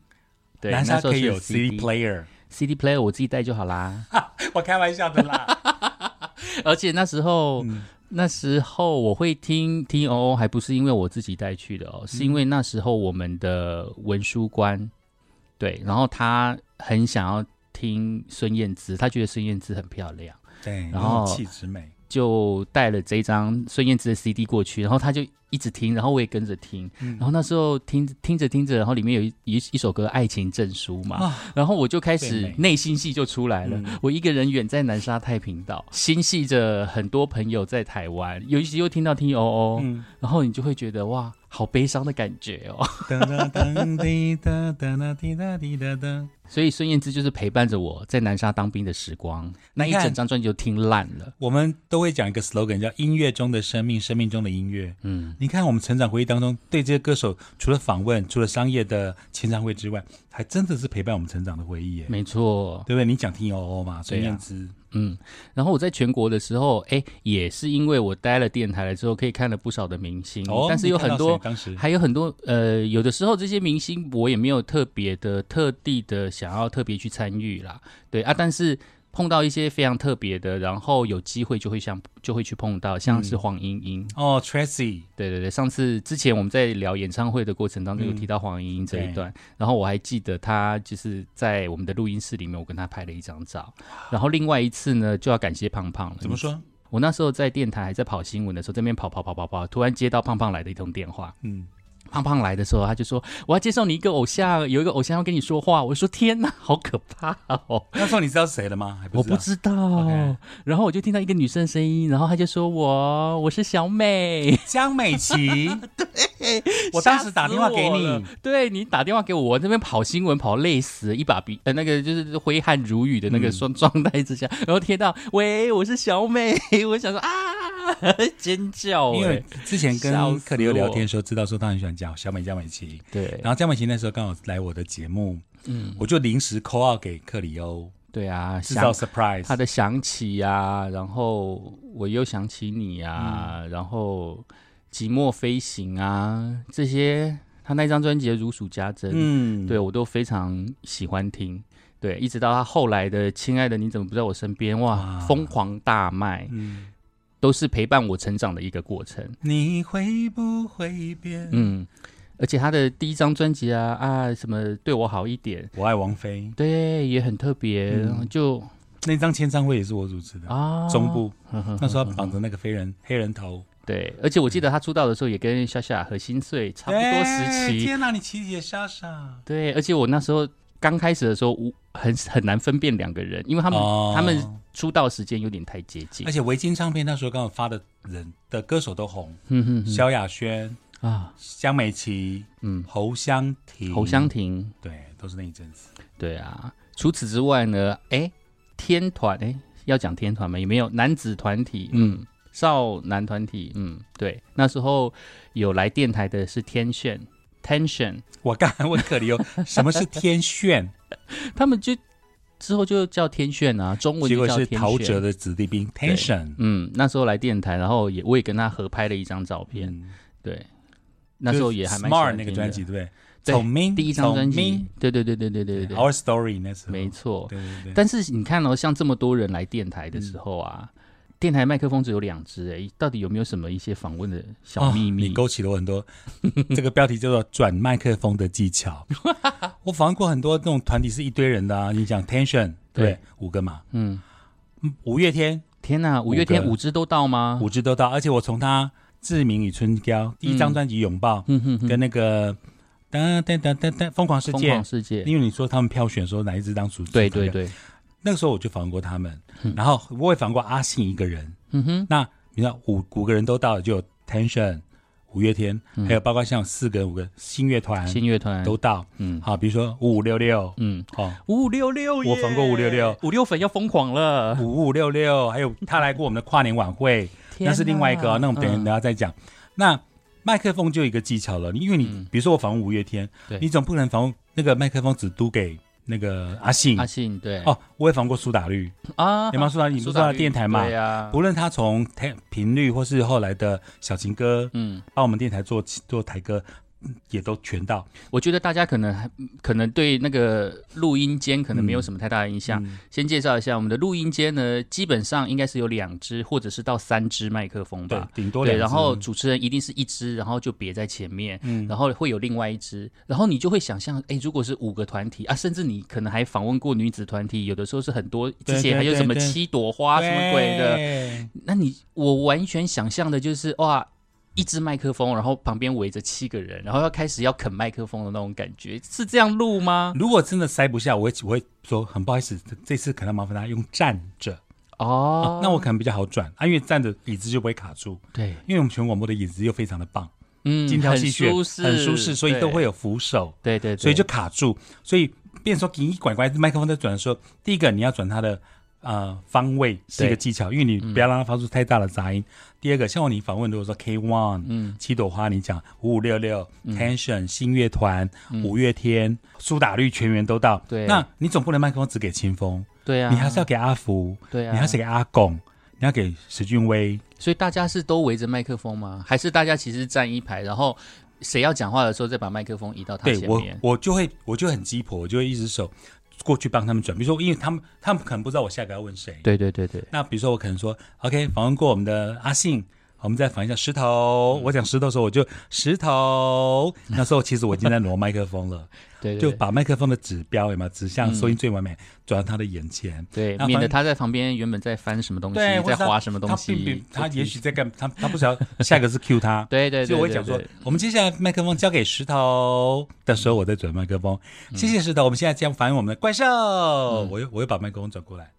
Speaker 2: 对，
Speaker 1: 南
Speaker 2: 那
Speaker 1: 沙
Speaker 2: 时候
Speaker 1: 可以
Speaker 2: 是
Speaker 1: 有 CD player，
Speaker 2: C D player 我自己带就好啦。
Speaker 1: 我开玩笑的 啦。
Speaker 2: 而且那时候，
Speaker 1: 嗯
Speaker 2: 那时候我会听 T O O，还不是因为我自己带去的哦，是因为那时候我们的文书官，对，然后他很想要听孙燕姿，他觉得孙燕姿很漂亮，
Speaker 1: 对，
Speaker 2: 然后
Speaker 1: 那种气质美，
Speaker 2: 就带了这张孙燕姿的 CD 过去，然后他就一直听，然后我也跟着听，
Speaker 1: 嗯
Speaker 2: 然后那时候听听着听着，然后里面有一一一首歌《爱情证书》嘛，
Speaker 1: 啊
Speaker 2: 然后我就开
Speaker 1: 最
Speaker 2: 始
Speaker 1: 美
Speaker 2: 内心戏就出来了。
Speaker 1: 嗯
Speaker 2: 我一个人远在南沙太平岛，心系着很多朋友在台湾，尤其又听到 T O O，、
Speaker 1: 嗯，
Speaker 2: 然后你就会觉得哇，好悲伤的感觉哦。
Speaker 1: 噔噔噔滴哒哒哒滴哒滴哒哒。
Speaker 2: 所以孙燕姿就是陪伴着我在南沙当兵的时光，那一
Speaker 1: 你看
Speaker 2: 整张专辑就听烂了。
Speaker 1: 我们都会讲一个 slogan，叫“音乐中的生命，生命中的音乐”。
Speaker 2: 嗯，
Speaker 1: 你看，我们成长回忆当中，对这些歌手，除了访问，除了商业的签唱会之外，还真的是陪伴我们成长的回忆耶，
Speaker 2: 没错，
Speaker 1: 对不对？你讲听 O O 嘛，孙
Speaker 2: 嗯对啊
Speaker 1: 燕姿，
Speaker 2: 嗯，然后我在全国的时候，哎，也是因为我待了电台了之后，可以看了不少的明星，
Speaker 1: 哦，
Speaker 2: 嗯但是有
Speaker 1: 你看
Speaker 2: 很
Speaker 1: 到
Speaker 2: 多
Speaker 1: 谁当时
Speaker 2: 还有很多呃，有的时候这些明星我也没有特别的、特地的想要特别去参与啦，对啊，但是碰到一些非常特别的，然后有机会就会像就会去碰到，像
Speaker 1: 嗯
Speaker 2: 是黄莺莺，
Speaker 1: 哦，Tracy，
Speaker 2: 对对对，上次之前我们在聊演唱会的过程当中
Speaker 1: 嗯
Speaker 2: 有提到黄莺莺这一段，然后我还记得她就是在我们的录音室里面，我跟她拍了一张照，然后另外一次呢就要感谢胖胖了，
Speaker 1: 怎么？说？
Speaker 2: 我那时候在电台还在跑新闻的时候，这边跑跑跑跑跑，突然接到胖胖来的一通电话。
Speaker 1: 嗯，
Speaker 2: 胖胖来的时候，他就说：“我要介绍你一个偶像，有一个偶像要跟你说话。”我说：“天哪，好可怕哦！”
Speaker 1: 那时候你知道谁了吗？还
Speaker 2: 我
Speaker 1: 不
Speaker 2: 不
Speaker 1: 知
Speaker 2: 知道。
Speaker 1: OK
Speaker 2: 然后我就听到一个女生的声音，然后他就说我我是小美。
Speaker 1: 道江美琪， 对， 我当时打电话给
Speaker 2: 吓死我了
Speaker 1: 你，
Speaker 2: 对你打电话给我，我这边跑新闻跑累死，一把鼻呃那个就是挥汗如雨的那个 状状态之下，然后听到喂我是小美， 我想说啊尖叫、
Speaker 1: 因为
Speaker 2: 欸，
Speaker 1: 之前
Speaker 2: 吓
Speaker 1: 跟
Speaker 2: 死
Speaker 1: 克里欧聊
Speaker 2: 我
Speaker 1: 天的时候，知道说他很喜欢讲小美江美琪，
Speaker 2: 对
Speaker 1: 然后江美琪那时候刚好来我的节目，嗯，我就临时 call out 给克里欧，
Speaker 2: 对啊，
Speaker 1: 制造
Speaker 2: 想他
Speaker 1: surprise。
Speaker 2: 的想起呀、然后我又想起你啊，然后寂寞飞行啊这些，他那张专辑的如数家珍，
Speaker 1: 嗯，
Speaker 2: 对我都非常喜欢听。对，一直到他后来的《亲爱的你怎么不在我身边》哇，
Speaker 1: 哇
Speaker 2: 疯狂大卖，
Speaker 1: 嗯，
Speaker 2: 都是陪伴我成长的一个过程。
Speaker 1: 你会不会变？
Speaker 2: 嗯，而且他的第一张专辑啊啊，什么对我好一点，
Speaker 1: 我爱王菲
Speaker 2: 对，也很特别，就
Speaker 1: 那张签唱会也是我主持的，
Speaker 2: 啊，
Speaker 1: 嗯中部
Speaker 2: 呵呵
Speaker 1: 那时候他绑着那个黑
Speaker 2: 嗯
Speaker 1: 人黑人头，
Speaker 2: 对，而且我记得他出道的时候也跟夏夏和心碎差不多时
Speaker 1: 对
Speaker 2: 期，
Speaker 1: 哎天哪，你琪姐莎莎，
Speaker 2: 对，而且我那时候刚开始的时候，我很很难分辨两个人，因为他们、
Speaker 1: 哦哎
Speaker 2: 他们出道时间有点太接近
Speaker 1: 而，且维京唱片那时候刚好发的人的歌手都红，
Speaker 2: 嗯哼哼
Speaker 1: 萧亚轩、
Speaker 2: 啊，
Speaker 1: 江美琪、
Speaker 2: 嗯，
Speaker 1: 侯湘婷、
Speaker 2: 侯湘婷，
Speaker 1: 对，都是那一阵子。
Speaker 2: 对啊。除此之外呢，哎，天团，哎，要讲天团吗？也没有男子团体，嗯，少男团体，嗯，对，那时候有来电台的是天炫。Tension，
Speaker 1: 我刚才问克里欧哦 什么是天炫，
Speaker 2: 他们就之后就叫天炫啊，中文
Speaker 1: 结
Speaker 2: 就
Speaker 1: 果
Speaker 2: 叫
Speaker 1: 是
Speaker 2: 天炫。
Speaker 1: 陶喆的子弟兵 Tension。
Speaker 2: 嗯，那时候来电台，然后也我也跟他合拍了一张照片，
Speaker 1: 嗯，
Speaker 2: 对，那时候也还蛮喜
Speaker 1: Smart
Speaker 2: 欢
Speaker 1: 那个
Speaker 2: 听
Speaker 1: 专
Speaker 2: 的
Speaker 1: 辑，对不对？
Speaker 2: 对
Speaker 1: 聪明，
Speaker 2: 第一张专
Speaker 1: 聪
Speaker 2: 辑
Speaker 1: 明，
Speaker 2: 对对对对对对对对，
Speaker 1: ，Our Story 那时候，
Speaker 2: 没错。
Speaker 1: 对对对。
Speaker 2: 但是你看哦，像这么多人来电台的时候啊，电台麦克风只有两只，哎，到底有没有什么一些访问的小秘
Speaker 1: 哦
Speaker 2: 密？
Speaker 1: 你勾起了我很多 这个标题叫做“转麦克风的技巧” 。 我访问过很多这种团体是一堆人的啊，你讲 Tension 对
Speaker 2: 对
Speaker 1: 五个嘛，
Speaker 2: 嗯，
Speaker 1: 嗯五月天
Speaker 2: 天哪，五月
Speaker 1: 五
Speaker 2: 天
Speaker 1: 个
Speaker 2: 五支都到吗？
Speaker 1: 五支都到，而且我从他《志明与春娇》第一张专辑《拥抱》
Speaker 2: 嗯哼哼，
Speaker 1: 跟那个噔噔噔噔噔疯狂世
Speaker 2: 疯
Speaker 1: 界
Speaker 2: 狂，世界，
Speaker 1: 因为你说他们票选说哪一支当主
Speaker 2: 对对，对，
Speaker 1: 那个时候我就访问过他们，然后我也访问过阿信一个人。
Speaker 2: 嗯哼，
Speaker 1: 那你看五五个人都到了，就有 Tension、五月天，还有包括像四个人、五个人新乐团
Speaker 2: 嗯新乐团
Speaker 1: 都到。
Speaker 2: 嗯
Speaker 1: 好，比如说五五六六，
Speaker 2: 嗯
Speaker 1: 好
Speaker 2: 五五六六耶，
Speaker 1: 我缝过566
Speaker 2: 五六粉要疯狂了，
Speaker 1: 五五六六，还有他来过我们的跨年晚会，那是另外一个、哦，那我们等一
Speaker 2: 嗯
Speaker 1: 等下再讲。那麦克风就有一个技巧了，因为你、比如说我访问五月天
Speaker 2: 嗯对，
Speaker 1: 你总不能访问那个麦克风只嘟给那个阿信
Speaker 2: 阿信对
Speaker 1: 哦，我也访问过苏打绿，
Speaker 2: 啊
Speaker 1: 有没有苏打绿？你不是说他电台嘛
Speaker 2: 对？啊呀，
Speaker 1: 不论他从台频率或是后来的小情歌，
Speaker 2: 嗯，
Speaker 1: 帮我们电台做做台歌，嗯也都全到。
Speaker 2: 我觉得大家可能还嗯可能对那个录音间可能没有什么太大的印象。
Speaker 1: 嗯
Speaker 2: 先介绍一下我们的录音间呢，基本上应该是有两只或者是到三只麦克风
Speaker 1: 对
Speaker 2: 吧，。
Speaker 1: 顶多
Speaker 2: 对，
Speaker 1: 两只。
Speaker 2: 然后主持人一定是一只，然后就别在前面，
Speaker 1: 嗯
Speaker 2: 然后会有另外一只，然后你就会想象，哎，如果是五个团体啊，甚至你可能还访问过女子团体，有的时候是很多，
Speaker 1: 对
Speaker 2: 之前还有什么
Speaker 1: 对对
Speaker 2: 七朵花什么鬼的，
Speaker 1: 的，
Speaker 2: 那你我完全想象的就是哇，一支麦克风，然后旁边围着七个人，然后要开始要啃麦克风的那种感觉，是这样录吗？
Speaker 1: 如果真的塞不下，我会我会说很不好意思，这这次可能麻烦大家用站着、
Speaker 2: 哦，
Speaker 1: 啊，那我可能比较好转啊，因为站着椅子就不会卡住，
Speaker 2: 对，
Speaker 1: 因为我们全广播的椅子又非常的棒，
Speaker 2: 嗯，
Speaker 1: 精挑
Speaker 2: 很
Speaker 1: 细选，
Speaker 2: 舒适，
Speaker 1: 很舒适，所以都会
Speaker 2: 有，
Speaker 1: 有扶手，
Speaker 2: 对对对，
Speaker 1: 所以就卡住，所以变成说你一拐拐麦克风在转的时候，第一个你要转它的。呃，方位是一个
Speaker 2: 对
Speaker 1: 技巧，因为你不要让它发出太大的杂音。第二个，像我你访问，如果说 K One，
Speaker 2: 嗯
Speaker 1: 七朵花，你讲五五六六、Tension、新乐团、五月天、苏打绿全员都到。
Speaker 2: 嗯对
Speaker 1: 那你总不能麦克风只给清风，
Speaker 2: 对啊，
Speaker 1: 你还是要给阿福，
Speaker 2: 对啊，
Speaker 1: 你还是给阿拱，你要给石俊威。
Speaker 2: 所以大家是都围着麦克风吗？还是大家其实站一排，然后谁要讲话的时候再把麦克风移到他
Speaker 1: 对
Speaker 2: 前
Speaker 1: 我，
Speaker 2: 面？
Speaker 1: 我就会我就很鸡婆，我就会一只手过去帮他们转。比如说，因为他们他们可能不知道我下一个要问谁。
Speaker 2: 对对对对，
Speaker 1: 那比如说，我可能说 OK，访问过我们的阿信。我们再访一下石头，我讲石头的时候，我就石头。那时候其实我已经在挪麦克风了，
Speaker 2: 对嗯对
Speaker 1: 就
Speaker 2: 对
Speaker 1: 把麦克风的指标有没有指向收音最完美，转到他的眼前。
Speaker 2: 对，
Speaker 1: 那
Speaker 2: 免
Speaker 1: 反
Speaker 2: 得
Speaker 1: 正
Speaker 2: 他在旁边原本在翻什么东西，
Speaker 1: 对，或者
Speaker 2: 在
Speaker 1: 他
Speaker 2: 划什么东
Speaker 1: 他并
Speaker 2: 西
Speaker 1: 并，他也许在干，他他不晓得下一个是 Q 他。
Speaker 2: 对对对，
Speaker 1: 所以我会
Speaker 2: 对
Speaker 1: 讲说
Speaker 2: 对，
Speaker 1: 我们接下来麦克风交给石头的时候，我再转麦克风。
Speaker 2: 嗯
Speaker 1: 谢谢石头，我们现在将反映我们的怪兽。我又我又把麦克风转过来，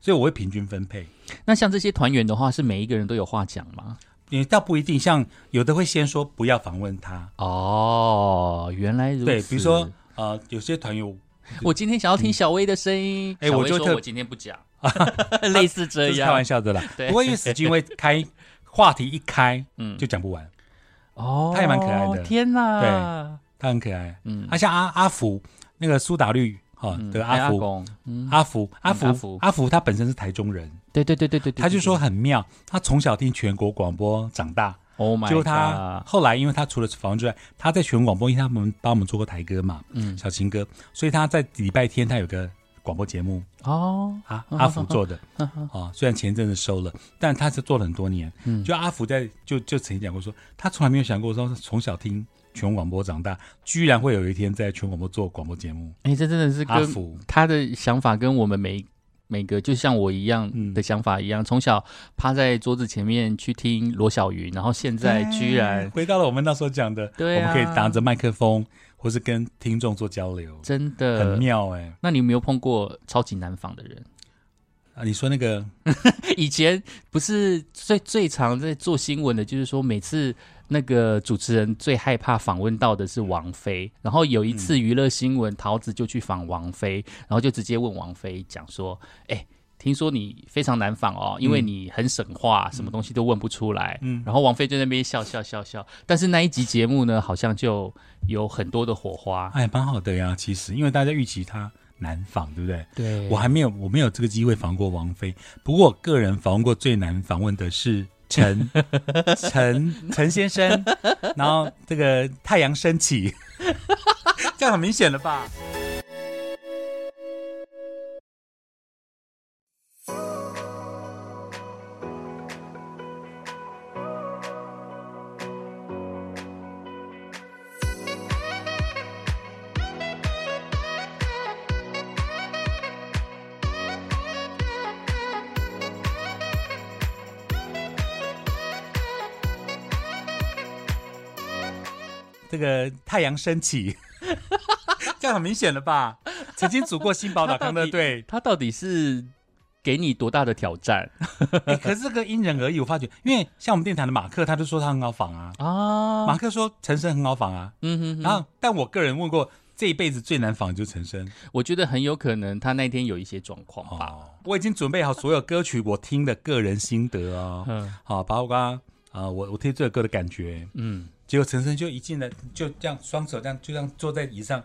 Speaker 1: 所以我会平均分配。
Speaker 2: 那像这些团员的话，是每一个人都有话讲吗？
Speaker 1: 你倒不一定，像有的会先说不要访问他，
Speaker 2: 哦，原来如此。
Speaker 1: 对，比如 说呃，有些团友
Speaker 2: 我今天想要听小薇的声音，
Speaker 1: 嗯哎
Speaker 2: 小
Speaker 1: 我
Speaker 2: 薇
Speaker 1: 就
Speaker 2: 说
Speaker 1: 特
Speaker 2: 我今天 不讲， 类似这
Speaker 1: 这是开
Speaker 2: 样
Speaker 1: 玩。笑的啦。
Speaker 2: 对
Speaker 1: 不过因为史军会开话题一开，
Speaker 2: 嗯
Speaker 1: 嗯，就讲不完，
Speaker 2: 哦，
Speaker 1: 他也蛮可爱的
Speaker 2: 天哪，
Speaker 1: 他很可爱。
Speaker 2: 对，嗯
Speaker 1: 啊，像阿阿福那个苏打绿哈
Speaker 2: 嗯
Speaker 1: 的
Speaker 2: 哎
Speaker 1: 阿福，
Speaker 2: 公，嗯，
Speaker 1: 阿福阿
Speaker 2: 阿
Speaker 1: 福
Speaker 2: 福
Speaker 1: 阿福他本身是台中人，
Speaker 2: 对对对对对，对
Speaker 1: 他就说很妙，他从小听全国广播长大，
Speaker 2: 对，Oh my，
Speaker 1: 结果他后来因为他除了访问之外，他在全国广播，因为他们帮我们做过台歌嘛，
Speaker 2: 嗯
Speaker 1: 嗯，小情歌，所以他在礼拜天他有个广播节目，
Speaker 2: God 哦，
Speaker 1: 阿啊阿福做的
Speaker 2: 呵呵
Speaker 1: 啊，虽然前阵子收了，但他是做了很多年。
Speaker 2: 嗯
Speaker 1: 就阿福在就就曾经讲过说，他从来没有想过说从小听全广播长大，居然会有一天在全广播做广播节目。
Speaker 2: 哎，这真的是
Speaker 1: 阿
Speaker 2: 跟
Speaker 1: 福，
Speaker 2: 他的想法跟我们每每个就像我一样
Speaker 1: 嗯
Speaker 2: 的想法一样，从小趴在桌子前面去听罗小云，然后现在居然
Speaker 1: 哎回到了我们那时候讲的，
Speaker 2: 对啊
Speaker 1: 我们可以拿着麦克风，或是跟听众做交流，
Speaker 2: 真
Speaker 1: 很
Speaker 2: 的。
Speaker 1: 妙哎、
Speaker 2: 那你有没有碰过超级难访的人？
Speaker 1: 啊，你说那个
Speaker 2: 以前不是最最常在做新闻的，就是说每次那个主持人最害怕访问到的是王菲，然后有一次娱乐新闻，桃子就去访王菲，然后就直接问王菲讲说：“哎、听说你非常难访哦，因为你很省话，什么东西都问不出来。”
Speaker 1: 嗯
Speaker 2: 然后王菲就在那边笑笑笑笑，但是那一集节目呢，好像就有很多的火花。
Speaker 1: 哎，蛮好的呀，其实因为大家预期他难访，对不对？
Speaker 2: 对
Speaker 1: 我还没有，我没有这个机会访问过王菲。不过，我个人访问过最难访问的是 陈陈陈先生，然后这个太阳升起， 这样很明显了吧？这个太阳升起，这样很明显了吧？曾经组过新宝岛康乐队，
Speaker 2: 他到底是给你多大的挑战
Speaker 1: 哎可是这个因人而异。我发觉，因为像我们电台的马克，他就说他很好仿啊，
Speaker 2: 啊？
Speaker 1: 马克说陈升很好仿啊，
Speaker 2: 嗯哼哼
Speaker 1: 然后但我个人问过，这一辈子最难仿的就是陈升。
Speaker 2: 我觉得很有可能他那天有一些状况吧。
Speaker 1: 哦，我已经准备好所有歌曲我听的个人心得哦，
Speaker 2: 嗯
Speaker 1: 好，包括啊、呃我我听这首歌的感觉，
Speaker 2: 嗯，
Speaker 1: 结果陈升就一进来就这样双手这样就这样坐在椅上，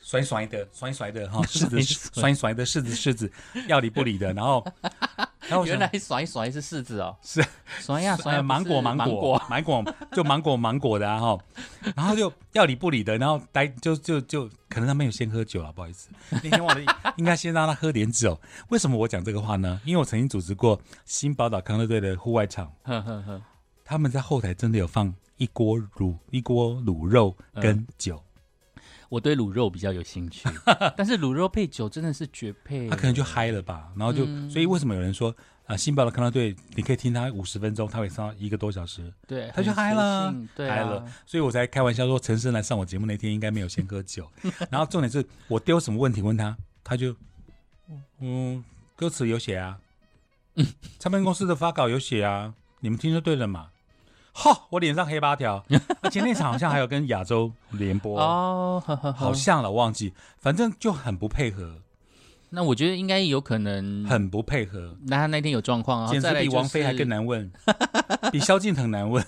Speaker 1: 甩甩的甩甩的 哈，柿子甩甩的柿子柿子，要理不理的，然后 然后我
Speaker 2: 原
Speaker 1: 想
Speaker 2: 来甩甩是柿子哦，
Speaker 1: 哦 是
Speaker 2: 甩呀甩呀
Speaker 1: 呃
Speaker 2: 不
Speaker 1: 芒
Speaker 2: 是
Speaker 1: 果
Speaker 2: 芒
Speaker 1: 芒果芒果就芒果 芒果的啊哈，然后就要理不理的，然后待就就就可能他们有先喝酒啊了，不好意 思，那天忘了应该先让他喝点酒。为什么我讲这个话呢？因为我曾经组织过新宝岛康乐队的户外场，
Speaker 2: 呵呵呵，
Speaker 1: 他们在后台真的有放一锅卤一锅卤肉跟酒，
Speaker 2: 我对卤肉比较有兴趣， 但是卤肉配酒真的是绝配。
Speaker 1: 他可能就嗨了吧，然后就、
Speaker 2: 嗯
Speaker 1: 所以为什么有人说啊、呃新宝岛康乐队你可以听他五十分钟，他会上一个多小时，
Speaker 2: 对，
Speaker 1: 他就
Speaker 2: 很
Speaker 1: 嗨
Speaker 2: 随
Speaker 1: 了
Speaker 2: 性对啊
Speaker 1: 嗨了，所以我才开玩笑说陈升来上我节目那天应该没有先喝 酒。然后重点是我丢什么问题问他，他就嗯，歌词有写啊，
Speaker 2: 嗯
Speaker 1: 唱片公司的发稿有写啊，你们听就对了嘛。哈，我脸上黑八 条，而且那场好像还有跟亚洲联播，
Speaker 2: 哦，呵呵呵
Speaker 1: 好像了，我忘记，反正就很不配合，
Speaker 2: 那我觉得应该有可能，
Speaker 1: 很不配合，
Speaker 2: 那他那天有状况啊，
Speaker 1: 简
Speaker 2: 嗯再
Speaker 1: 直
Speaker 2: 来
Speaker 1: 比
Speaker 2: 就是
Speaker 1: 王菲还更。难 问，比萧敬腾难问。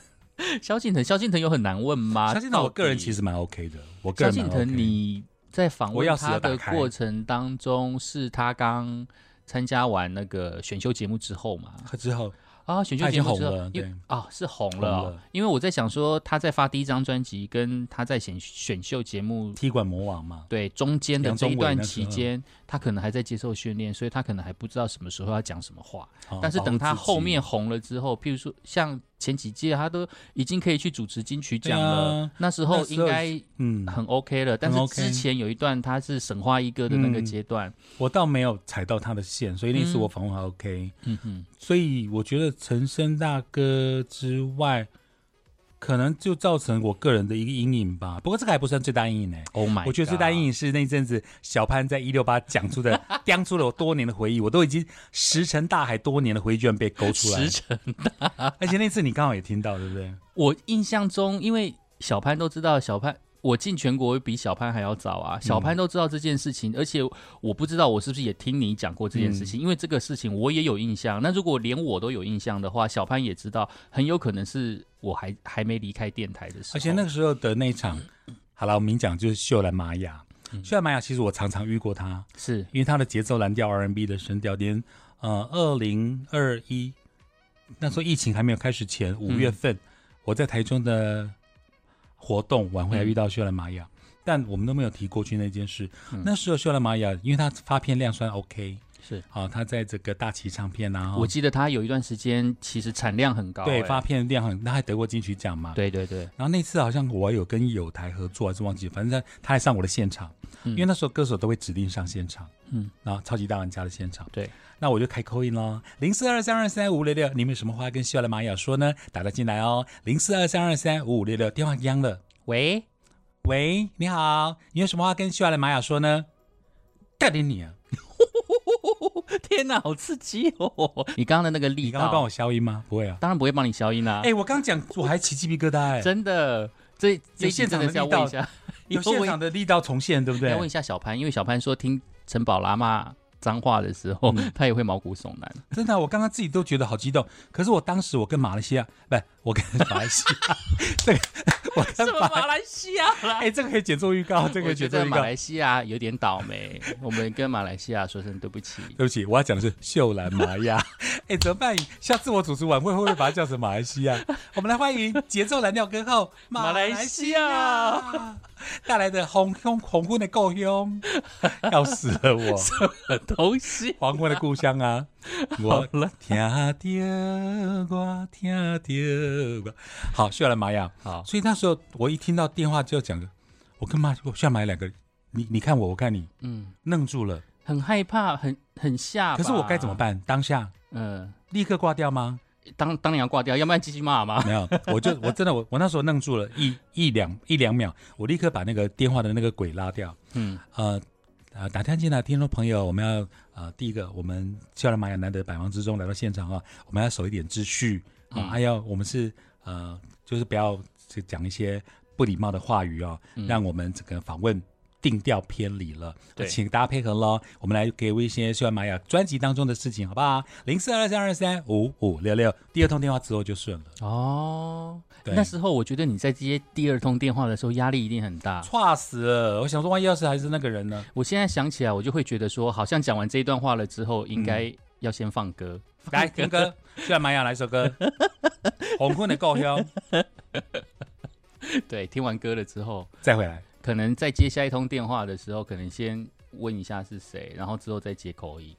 Speaker 2: 萧敬腾，萧敬腾有很难问吗？
Speaker 1: 萧敬腾，我个人其
Speaker 2: 实，
Speaker 1: 实蛮 OK 的，我个
Speaker 2: 啊萧
Speaker 1: 人
Speaker 2: 敬
Speaker 1: 蛮 OK
Speaker 2: 腾你在访
Speaker 1: 我
Speaker 2: 问
Speaker 1: 钥匙
Speaker 2: 他
Speaker 1: 有打
Speaker 2: 的
Speaker 1: 开
Speaker 2: 过程当中，是他刚参加完那个选秀节目之后嘛？
Speaker 1: 之后
Speaker 2: 啊，选秀
Speaker 1: 他已
Speaker 2: 节
Speaker 1: 经
Speaker 2: 目
Speaker 1: 红
Speaker 2: 之后
Speaker 1: 了，
Speaker 2: 因
Speaker 1: 对
Speaker 2: 啊是红了哦、
Speaker 1: 红了
Speaker 2: 因为我在想说他在发第一张专辑跟他在选选秀节目
Speaker 1: 踢馆魔王嘛，
Speaker 2: 对中间的
Speaker 1: 梁
Speaker 2: 这
Speaker 1: 宗
Speaker 2: 一
Speaker 1: 伟
Speaker 2: 段
Speaker 1: 那时
Speaker 2: 期
Speaker 1: 候
Speaker 2: 间，他可能还在接受训练，所以他可能还不知道什么时候要讲什么话。
Speaker 1: 哦
Speaker 2: 但是等他
Speaker 1: 保护自己
Speaker 2: 后面红了之后，譬如说像前几届他都已经可以去主持金曲奖了，
Speaker 1: 对啊
Speaker 2: 那时候应该
Speaker 1: 嗯，
Speaker 2: 很 OK 了。但是
Speaker 1: OK 嗯
Speaker 2: 之前有一段他是神话一哥的那个阶段，
Speaker 1: 我倒没有踩到他的线，所以那次我访问还 OK。
Speaker 2: 嗯哼，
Speaker 1: 所以我觉得陈升大哥之外，可能就造成我个人的一个阴影吧。不过这个还不算最大阴影呢、
Speaker 2: ，Oh my，
Speaker 1: 我觉得最大阴影是那一阵子小潘在一六八讲出 的，讲出了我多年的回忆，我都已经石沉大海多年的回忆居然被勾出来
Speaker 2: 石，沉。
Speaker 1: 而且那次你刚好也听到，对不对？
Speaker 2: 我印象中，因为小潘都知道小潘。我进全国比小潘还要早
Speaker 1: 嗯
Speaker 2: 啊！小潘都知道这件事情，而且我不知道我是不是也听你讲过这件
Speaker 1: 嗯
Speaker 2: 事情，因为这个事情我也有印象。那如果连我都有印象的话，小潘也知道，很有可能是我还还没离开电台的时候。
Speaker 1: 而且那个时候的那一场，好了，我明讲就是秀兰玛雅。
Speaker 2: 嗯
Speaker 1: 秀兰玛雅其实我常常遇过他，
Speaker 2: 是
Speaker 1: 因为他的节奏蓝调 R&B 的声调，连呃二零二一那时候疫情还没有开始
Speaker 2: 嗯
Speaker 1: 前，五月份、我在台中的活动晚会还遇到秀兰玛
Speaker 2: 嗯
Speaker 1: 雅，但我们都没有提过去那件事。那时候秀兰玛雅，因为她发片量算 OK，
Speaker 2: 是，
Speaker 1: 啊，她在这个大旗唱片啊，
Speaker 2: 我记得他有一段时间其实产量很高、
Speaker 1: 对
Speaker 2: 哎
Speaker 1: 发片量很，那还得过金曲奖嘛。
Speaker 2: 对对对，
Speaker 1: 然后那次好像我有跟友台合作，还是忘记，反正他他还上我的现场，
Speaker 2: 嗯
Speaker 1: 因为那时候歌手都会指定上现场，
Speaker 2: 嗯
Speaker 1: 嗯，然后超级大玩家的现场，
Speaker 2: 对，
Speaker 1: 那我就开口音喽，零四二三二三五六六，你们有什么话跟希望的玛雅说呢？打到进来哦，零四二三二三五五六六，电话央了，
Speaker 2: 喂，
Speaker 1: 喂，你好，你有什么话跟希望的玛雅说呢？带领你啊，
Speaker 2: 天哪，好刺激哦！你刚刚的那个力
Speaker 1: 你刚刚帮
Speaker 2: 道，
Speaker 1: 我消音吗？不会啊，
Speaker 2: 当然不会帮你消音啦、
Speaker 1: 哎、我刚讲我还起鸡皮疙瘩哎、
Speaker 2: 真的，这这一
Speaker 1: 有
Speaker 2: 集
Speaker 1: 现
Speaker 2: 真
Speaker 1: 场
Speaker 2: 的
Speaker 1: 的
Speaker 2: 是要
Speaker 1: 力道
Speaker 2: 问一下，
Speaker 1: 有
Speaker 2: 以后
Speaker 1: 现
Speaker 2: 我
Speaker 1: 场的力道重现，对不对
Speaker 2: 要？问一下小潘，因为小潘说听陈宝拉骂脏话的时候，
Speaker 1: 嗯
Speaker 2: 他也会毛骨悚然。
Speaker 1: 真的啊、我刚刚自己都觉得好激动。可是我当时我跟马来西亚，啊不是我跟马来西 亚，这个我跟 马，
Speaker 2: 马来西亚啦
Speaker 1: 啊哎、？这个可以剪做预告，这个可
Speaker 2: 我
Speaker 1: 以
Speaker 2: 觉
Speaker 1: 剪做
Speaker 2: 得
Speaker 1: 预
Speaker 2: 马
Speaker 1: 告。
Speaker 2: 来西亚有点倒霉， 我们跟马来西亚说声对不 起。
Speaker 1: 对不起，我要讲的是秀兰玛 雅。哎、怎么办？下次我主持晚会会不会把它叫成马来西亚？我们来欢迎节奏蓝调歌后
Speaker 2: 马来西亚
Speaker 1: 马来西亚带来的红胸红昏的故乡，要死了 我！
Speaker 2: 东西
Speaker 1: 黄昏的故乡啊，我
Speaker 2: 了，
Speaker 1: 听到我听到我，好，秀兰玛雅。
Speaker 2: 好，
Speaker 1: 所以那时候我一听到电话就讲，我跟妈我下买两个，你你看我，我看你，
Speaker 2: 嗯，
Speaker 1: 愣住了。
Speaker 2: 很害怕，很很吓。
Speaker 1: 可是我该怎么？办？当下
Speaker 2: 嗯，
Speaker 1: 立刻挂掉吗？
Speaker 2: 当当然要挂掉，要不然继续骂嘛。
Speaker 1: 没有，我就我真的我我那时候愣住了一一两一两秒，我立刻把那个电话的那个鬼拉掉。
Speaker 2: 嗯，
Speaker 1: 呃呃，打探进来，听众朋友，我们要呃，第一个，我们虽然玛雅难得百忙之中来到现场啊，我们要守一点秩序啊，
Speaker 2: 嗯
Speaker 1: 还有我们是呃，就是不要去讲一些不礼貌的话语哦，让我们整个访问。定调偏离了，
Speaker 2: 嗯
Speaker 1: 呃
Speaker 2: 对
Speaker 1: 请大家配合喽。我们来给一些西班玛雅专辑当中的事情，好不好？零四二三二三五五六六，第二通电话之后就顺了。
Speaker 2: 哦，
Speaker 1: 对
Speaker 2: 那时候我觉得你在接第二通电话的时候压力一定很大。
Speaker 1: 差死了！我想说，万一要是还是那个人呢？
Speaker 2: 我现在想起来，我就会觉得说，好像讲完这一段话了之后，应该
Speaker 1: 嗯
Speaker 2: 要先放歌。
Speaker 1: 来，听歌，西班玛雅来首 歌，红坤的故乡，
Speaker 2: 对，听完歌了之后，
Speaker 1: 再回来。
Speaker 2: 可能在接下一通电话的时候，可能先问一下是谁，然后之后再接口音。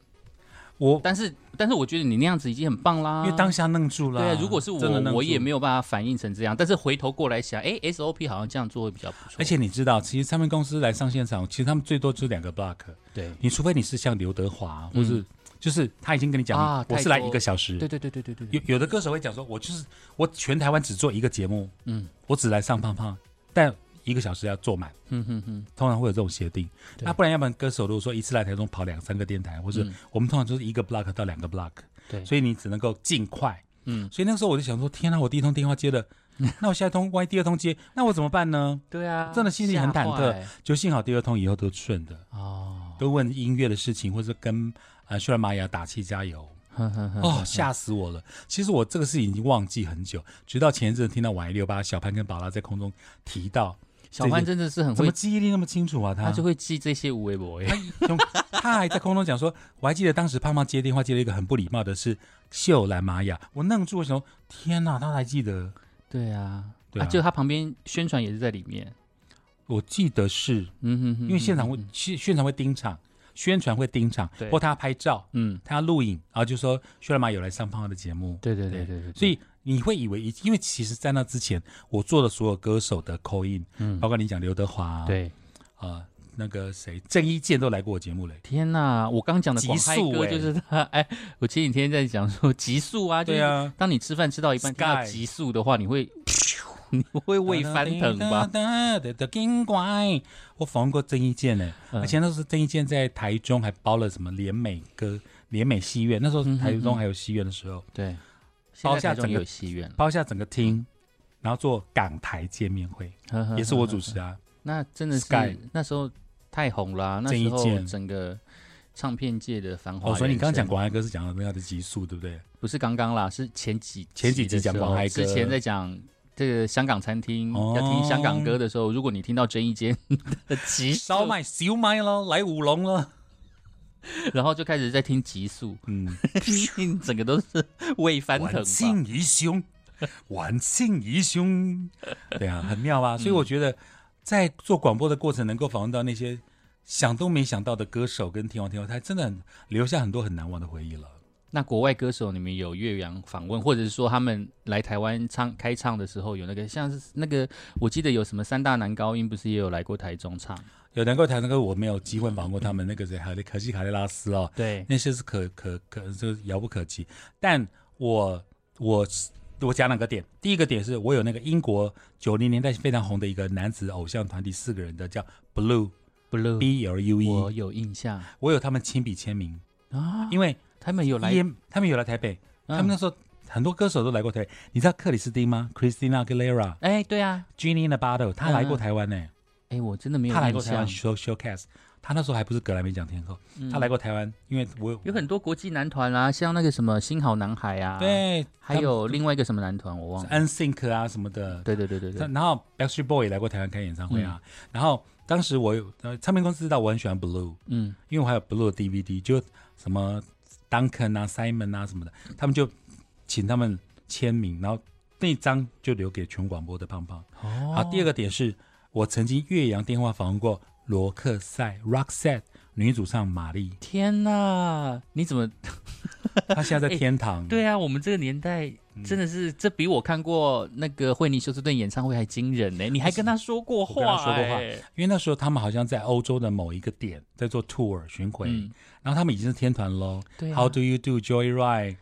Speaker 1: 我
Speaker 2: 但是，但是我觉得你那样子已经很棒啦。
Speaker 1: 因为当下愣住了、
Speaker 2: 对啊，如果是
Speaker 1: 真的
Speaker 2: 我
Speaker 1: 愣，住
Speaker 2: 我也没有办法反应成这样。但是回头过来想，哎，SOP 好像这样做会比较不错。
Speaker 1: 而且你知道，其实唱片公司来上现场，其实他们最多就是两个 block。
Speaker 2: 对，
Speaker 1: 你除非你是像刘德华，啊或是、就是他已经跟你讲，
Speaker 2: 嗯啊
Speaker 1: 我是
Speaker 2: 太
Speaker 1: 来
Speaker 2: 多
Speaker 1: 一个小时。
Speaker 2: 对对对对对对
Speaker 1: 有
Speaker 2: 对，
Speaker 1: 有的歌手会讲说，我就是我全台湾只做一个节目，
Speaker 2: 嗯
Speaker 1: 我只来上胖胖，但一个小时要做满。
Speaker 2: 嗯哼哼，
Speaker 1: 通常会有这种协定。
Speaker 2: 对
Speaker 1: 那不然，要不然歌手如果说一次来台中跑两三个电台，或者
Speaker 2: 嗯
Speaker 1: 我们通常就是一个 block 到两个 block，
Speaker 2: 对，
Speaker 1: 所以你只能够尽快。
Speaker 2: 嗯，
Speaker 1: 所以那个时候我就想说，天啊，我第一通电话接了，那我下一通万一第二通接，那我怎么办呢？
Speaker 2: 对啊，
Speaker 1: 真的心里很忐忑
Speaker 2: 吓坏
Speaker 1: 就幸好第二通以后都顺的，
Speaker 2: 哦，
Speaker 1: 都问音乐的事情，或者跟呃虽然玛雅打气加油。
Speaker 2: 哼哼哼
Speaker 1: 哦，吓死我了！其实我这个事情已经忘记很久，直到前一阵听到网一六八小潘跟宝拉在空中提到，
Speaker 2: 小潘真的是很
Speaker 1: 怎
Speaker 2: 会
Speaker 1: 么，记忆力那么清楚啊？他
Speaker 2: 嗯他就会记这些无微博哎，
Speaker 1: 兄他还在空中讲说，我还记得当时胖胖接电话接了一个很不礼貌的是秀兰玛雅，我愣住，我想说天哪，他还记得？
Speaker 2: 对啊，
Speaker 1: 对啊
Speaker 2: 就他旁边宣传也是在里面，
Speaker 1: 我记得是
Speaker 2: 嗯哼哼哼，
Speaker 1: 因为现场会宣宣传会盯场，宣传会盯场，
Speaker 2: 对
Speaker 1: 或他拍照，
Speaker 2: 嗯，
Speaker 1: 他录影，然后就说秀兰玛雅有来上胖胖的节目，
Speaker 2: 对对对对对，对
Speaker 1: 所以你会以为，因为其实，在那之前，我做的所有歌手的 call in，
Speaker 2: 嗯
Speaker 1: 包括你讲刘德华，
Speaker 2: 对，
Speaker 1: 啊、那个谁郑伊健都来过我节目嘞。
Speaker 2: 天呐，我刚讲的
Speaker 1: 极
Speaker 2: 广嗨
Speaker 1: 速
Speaker 2: 歌
Speaker 1: 欸
Speaker 2: 就是 他，哎，我前几天在讲说极速啊，就是
Speaker 1: 对啊
Speaker 2: 当你吃饭吃到一半
Speaker 1: Sky
Speaker 2: 听到极速的话，你会 你会胃翻腾吧？？
Speaker 1: 的的金怪，我访问过郑伊健呢，
Speaker 2: 嗯
Speaker 1: 而且那时候郑伊健在台中还包了什么联美歌、联美戏院，那时候台中还有戏院的时候，
Speaker 2: 对，现
Speaker 1: 包
Speaker 2: 在
Speaker 1: 下
Speaker 2: 台中
Speaker 1: 整
Speaker 2: 也有
Speaker 1: 个
Speaker 2: 戏院了，
Speaker 1: 包下整个厅，然后做港台见面会，
Speaker 2: 呵呵
Speaker 1: 也是我
Speaker 2: 呵
Speaker 1: 主持啊。
Speaker 2: 那真的是
Speaker 1: Sky
Speaker 2: 那时候太红了啊、那
Speaker 1: 郑伊
Speaker 2: 时候
Speaker 1: 健
Speaker 2: 整个唱片界的繁华人
Speaker 1: 哦，
Speaker 2: 生。
Speaker 1: 所以你刚刚讲广爱歌是讲了那样的集数，对不对？
Speaker 2: 不是刚刚啦，是前几
Speaker 1: 前几集
Speaker 2: 的时候
Speaker 1: 讲广嗨歌
Speaker 2: 之前在讲。这个香港餐厅、
Speaker 1: 哦
Speaker 2: 要听香港歌的时候，如果你听到郑伊健的 极速
Speaker 1: 烧，麦、小麦了，来舞龙了，
Speaker 2: 然后就开始在听极 速，
Speaker 1: 嗯，
Speaker 2: 你整个都是胃翻腾
Speaker 1: 晚
Speaker 2: 吧。
Speaker 1: 清一兄，晚清一兄，对啊，很妙啊。所以我觉得，在做广播的过程，能够访问到那些想都没想到的歌手跟天王天后，他真的很留下很多很难忘的回忆了。
Speaker 2: 那国外歌手你们有岳阳访问，或者是说他们来台湾唱开唱的时候有那个像是那个，我记得有什么三大男高音，不是也有来过台中唱？
Speaker 1: 有能够谈那个，我没有机会访问过他们那个谁，还有可惜卡利拉斯哦，
Speaker 2: 对，
Speaker 1: 那些是可可可就是遥不可及。但我我我讲两个点，第一个点是我有那个英国九零年代非常红的一个男子偶像团体，四个人的叫 Blue
Speaker 2: Blue，
Speaker 1: B L U
Speaker 2: 我
Speaker 1: E，
Speaker 2: 有印象
Speaker 1: 我有他们亲笔签名，
Speaker 2: 啊，
Speaker 1: 因为
Speaker 2: 他们有来，啊嗯
Speaker 1: 也他们有来台北，他们那时候很多歌手都来过台北。你知道克里斯汀吗？Christina Aguilera、
Speaker 2: 哎、对啊，
Speaker 1: Gina Navarro，她来过台湾呢、
Speaker 2: 哎、我真的没有
Speaker 1: 她来过
Speaker 2: 印
Speaker 1: 台湾
Speaker 2: 象。
Speaker 1: show showcase。她那时候还不是格莱美奖天后，
Speaker 2: 嗯
Speaker 1: 她来过台湾，因为我
Speaker 2: 有很多国际男团啦、啊像那个什么新好男孩啊，，
Speaker 1: 对，
Speaker 2: 还有另外一个什么男团我忘了，
Speaker 1: NSYNC 啊什么的。
Speaker 2: 对对对对
Speaker 1: 她
Speaker 2: 对，
Speaker 1: 然后 Backstreet Boy 也来过台湾开演唱会啊。然后当时我有呃，唱片公司知道我很喜欢 Blue，
Speaker 2: 嗯，
Speaker 1: 因为我还有 Blue 的 DVD，就什么 Duncan 啊、Simon 啊什么的，他们就请他们签名，然后那张就留给全广播的胖胖。
Speaker 2: 哦
Speaker 1: 好，第二个点是我曾经岳阳电话访问过罗克赛 （Roxette） 女主唱玛丽，
Speaker 2: 天呐，你怎么？
Speaker 1: 嗯她现在在天堂。
Speaker 2: 哎对啊，我们这个年代真的是，这比我看过那个惠妮休斯顿演唱会还惊人呢、你还跟他说过
Speaker 1: 嗯
Speaker 2: 话、
Speaker 1: 我跟他说过话
Speaker 2: 哎
Speaker 1: 因为那时候他们好像在欧洲的某一个点在做 tour 巡回，
Speaker 2: 嗯
Speaker 1: 然后他们已经是天团喽。
Speaker 2: 对啊
Speaker 1: How do you do, Joyride？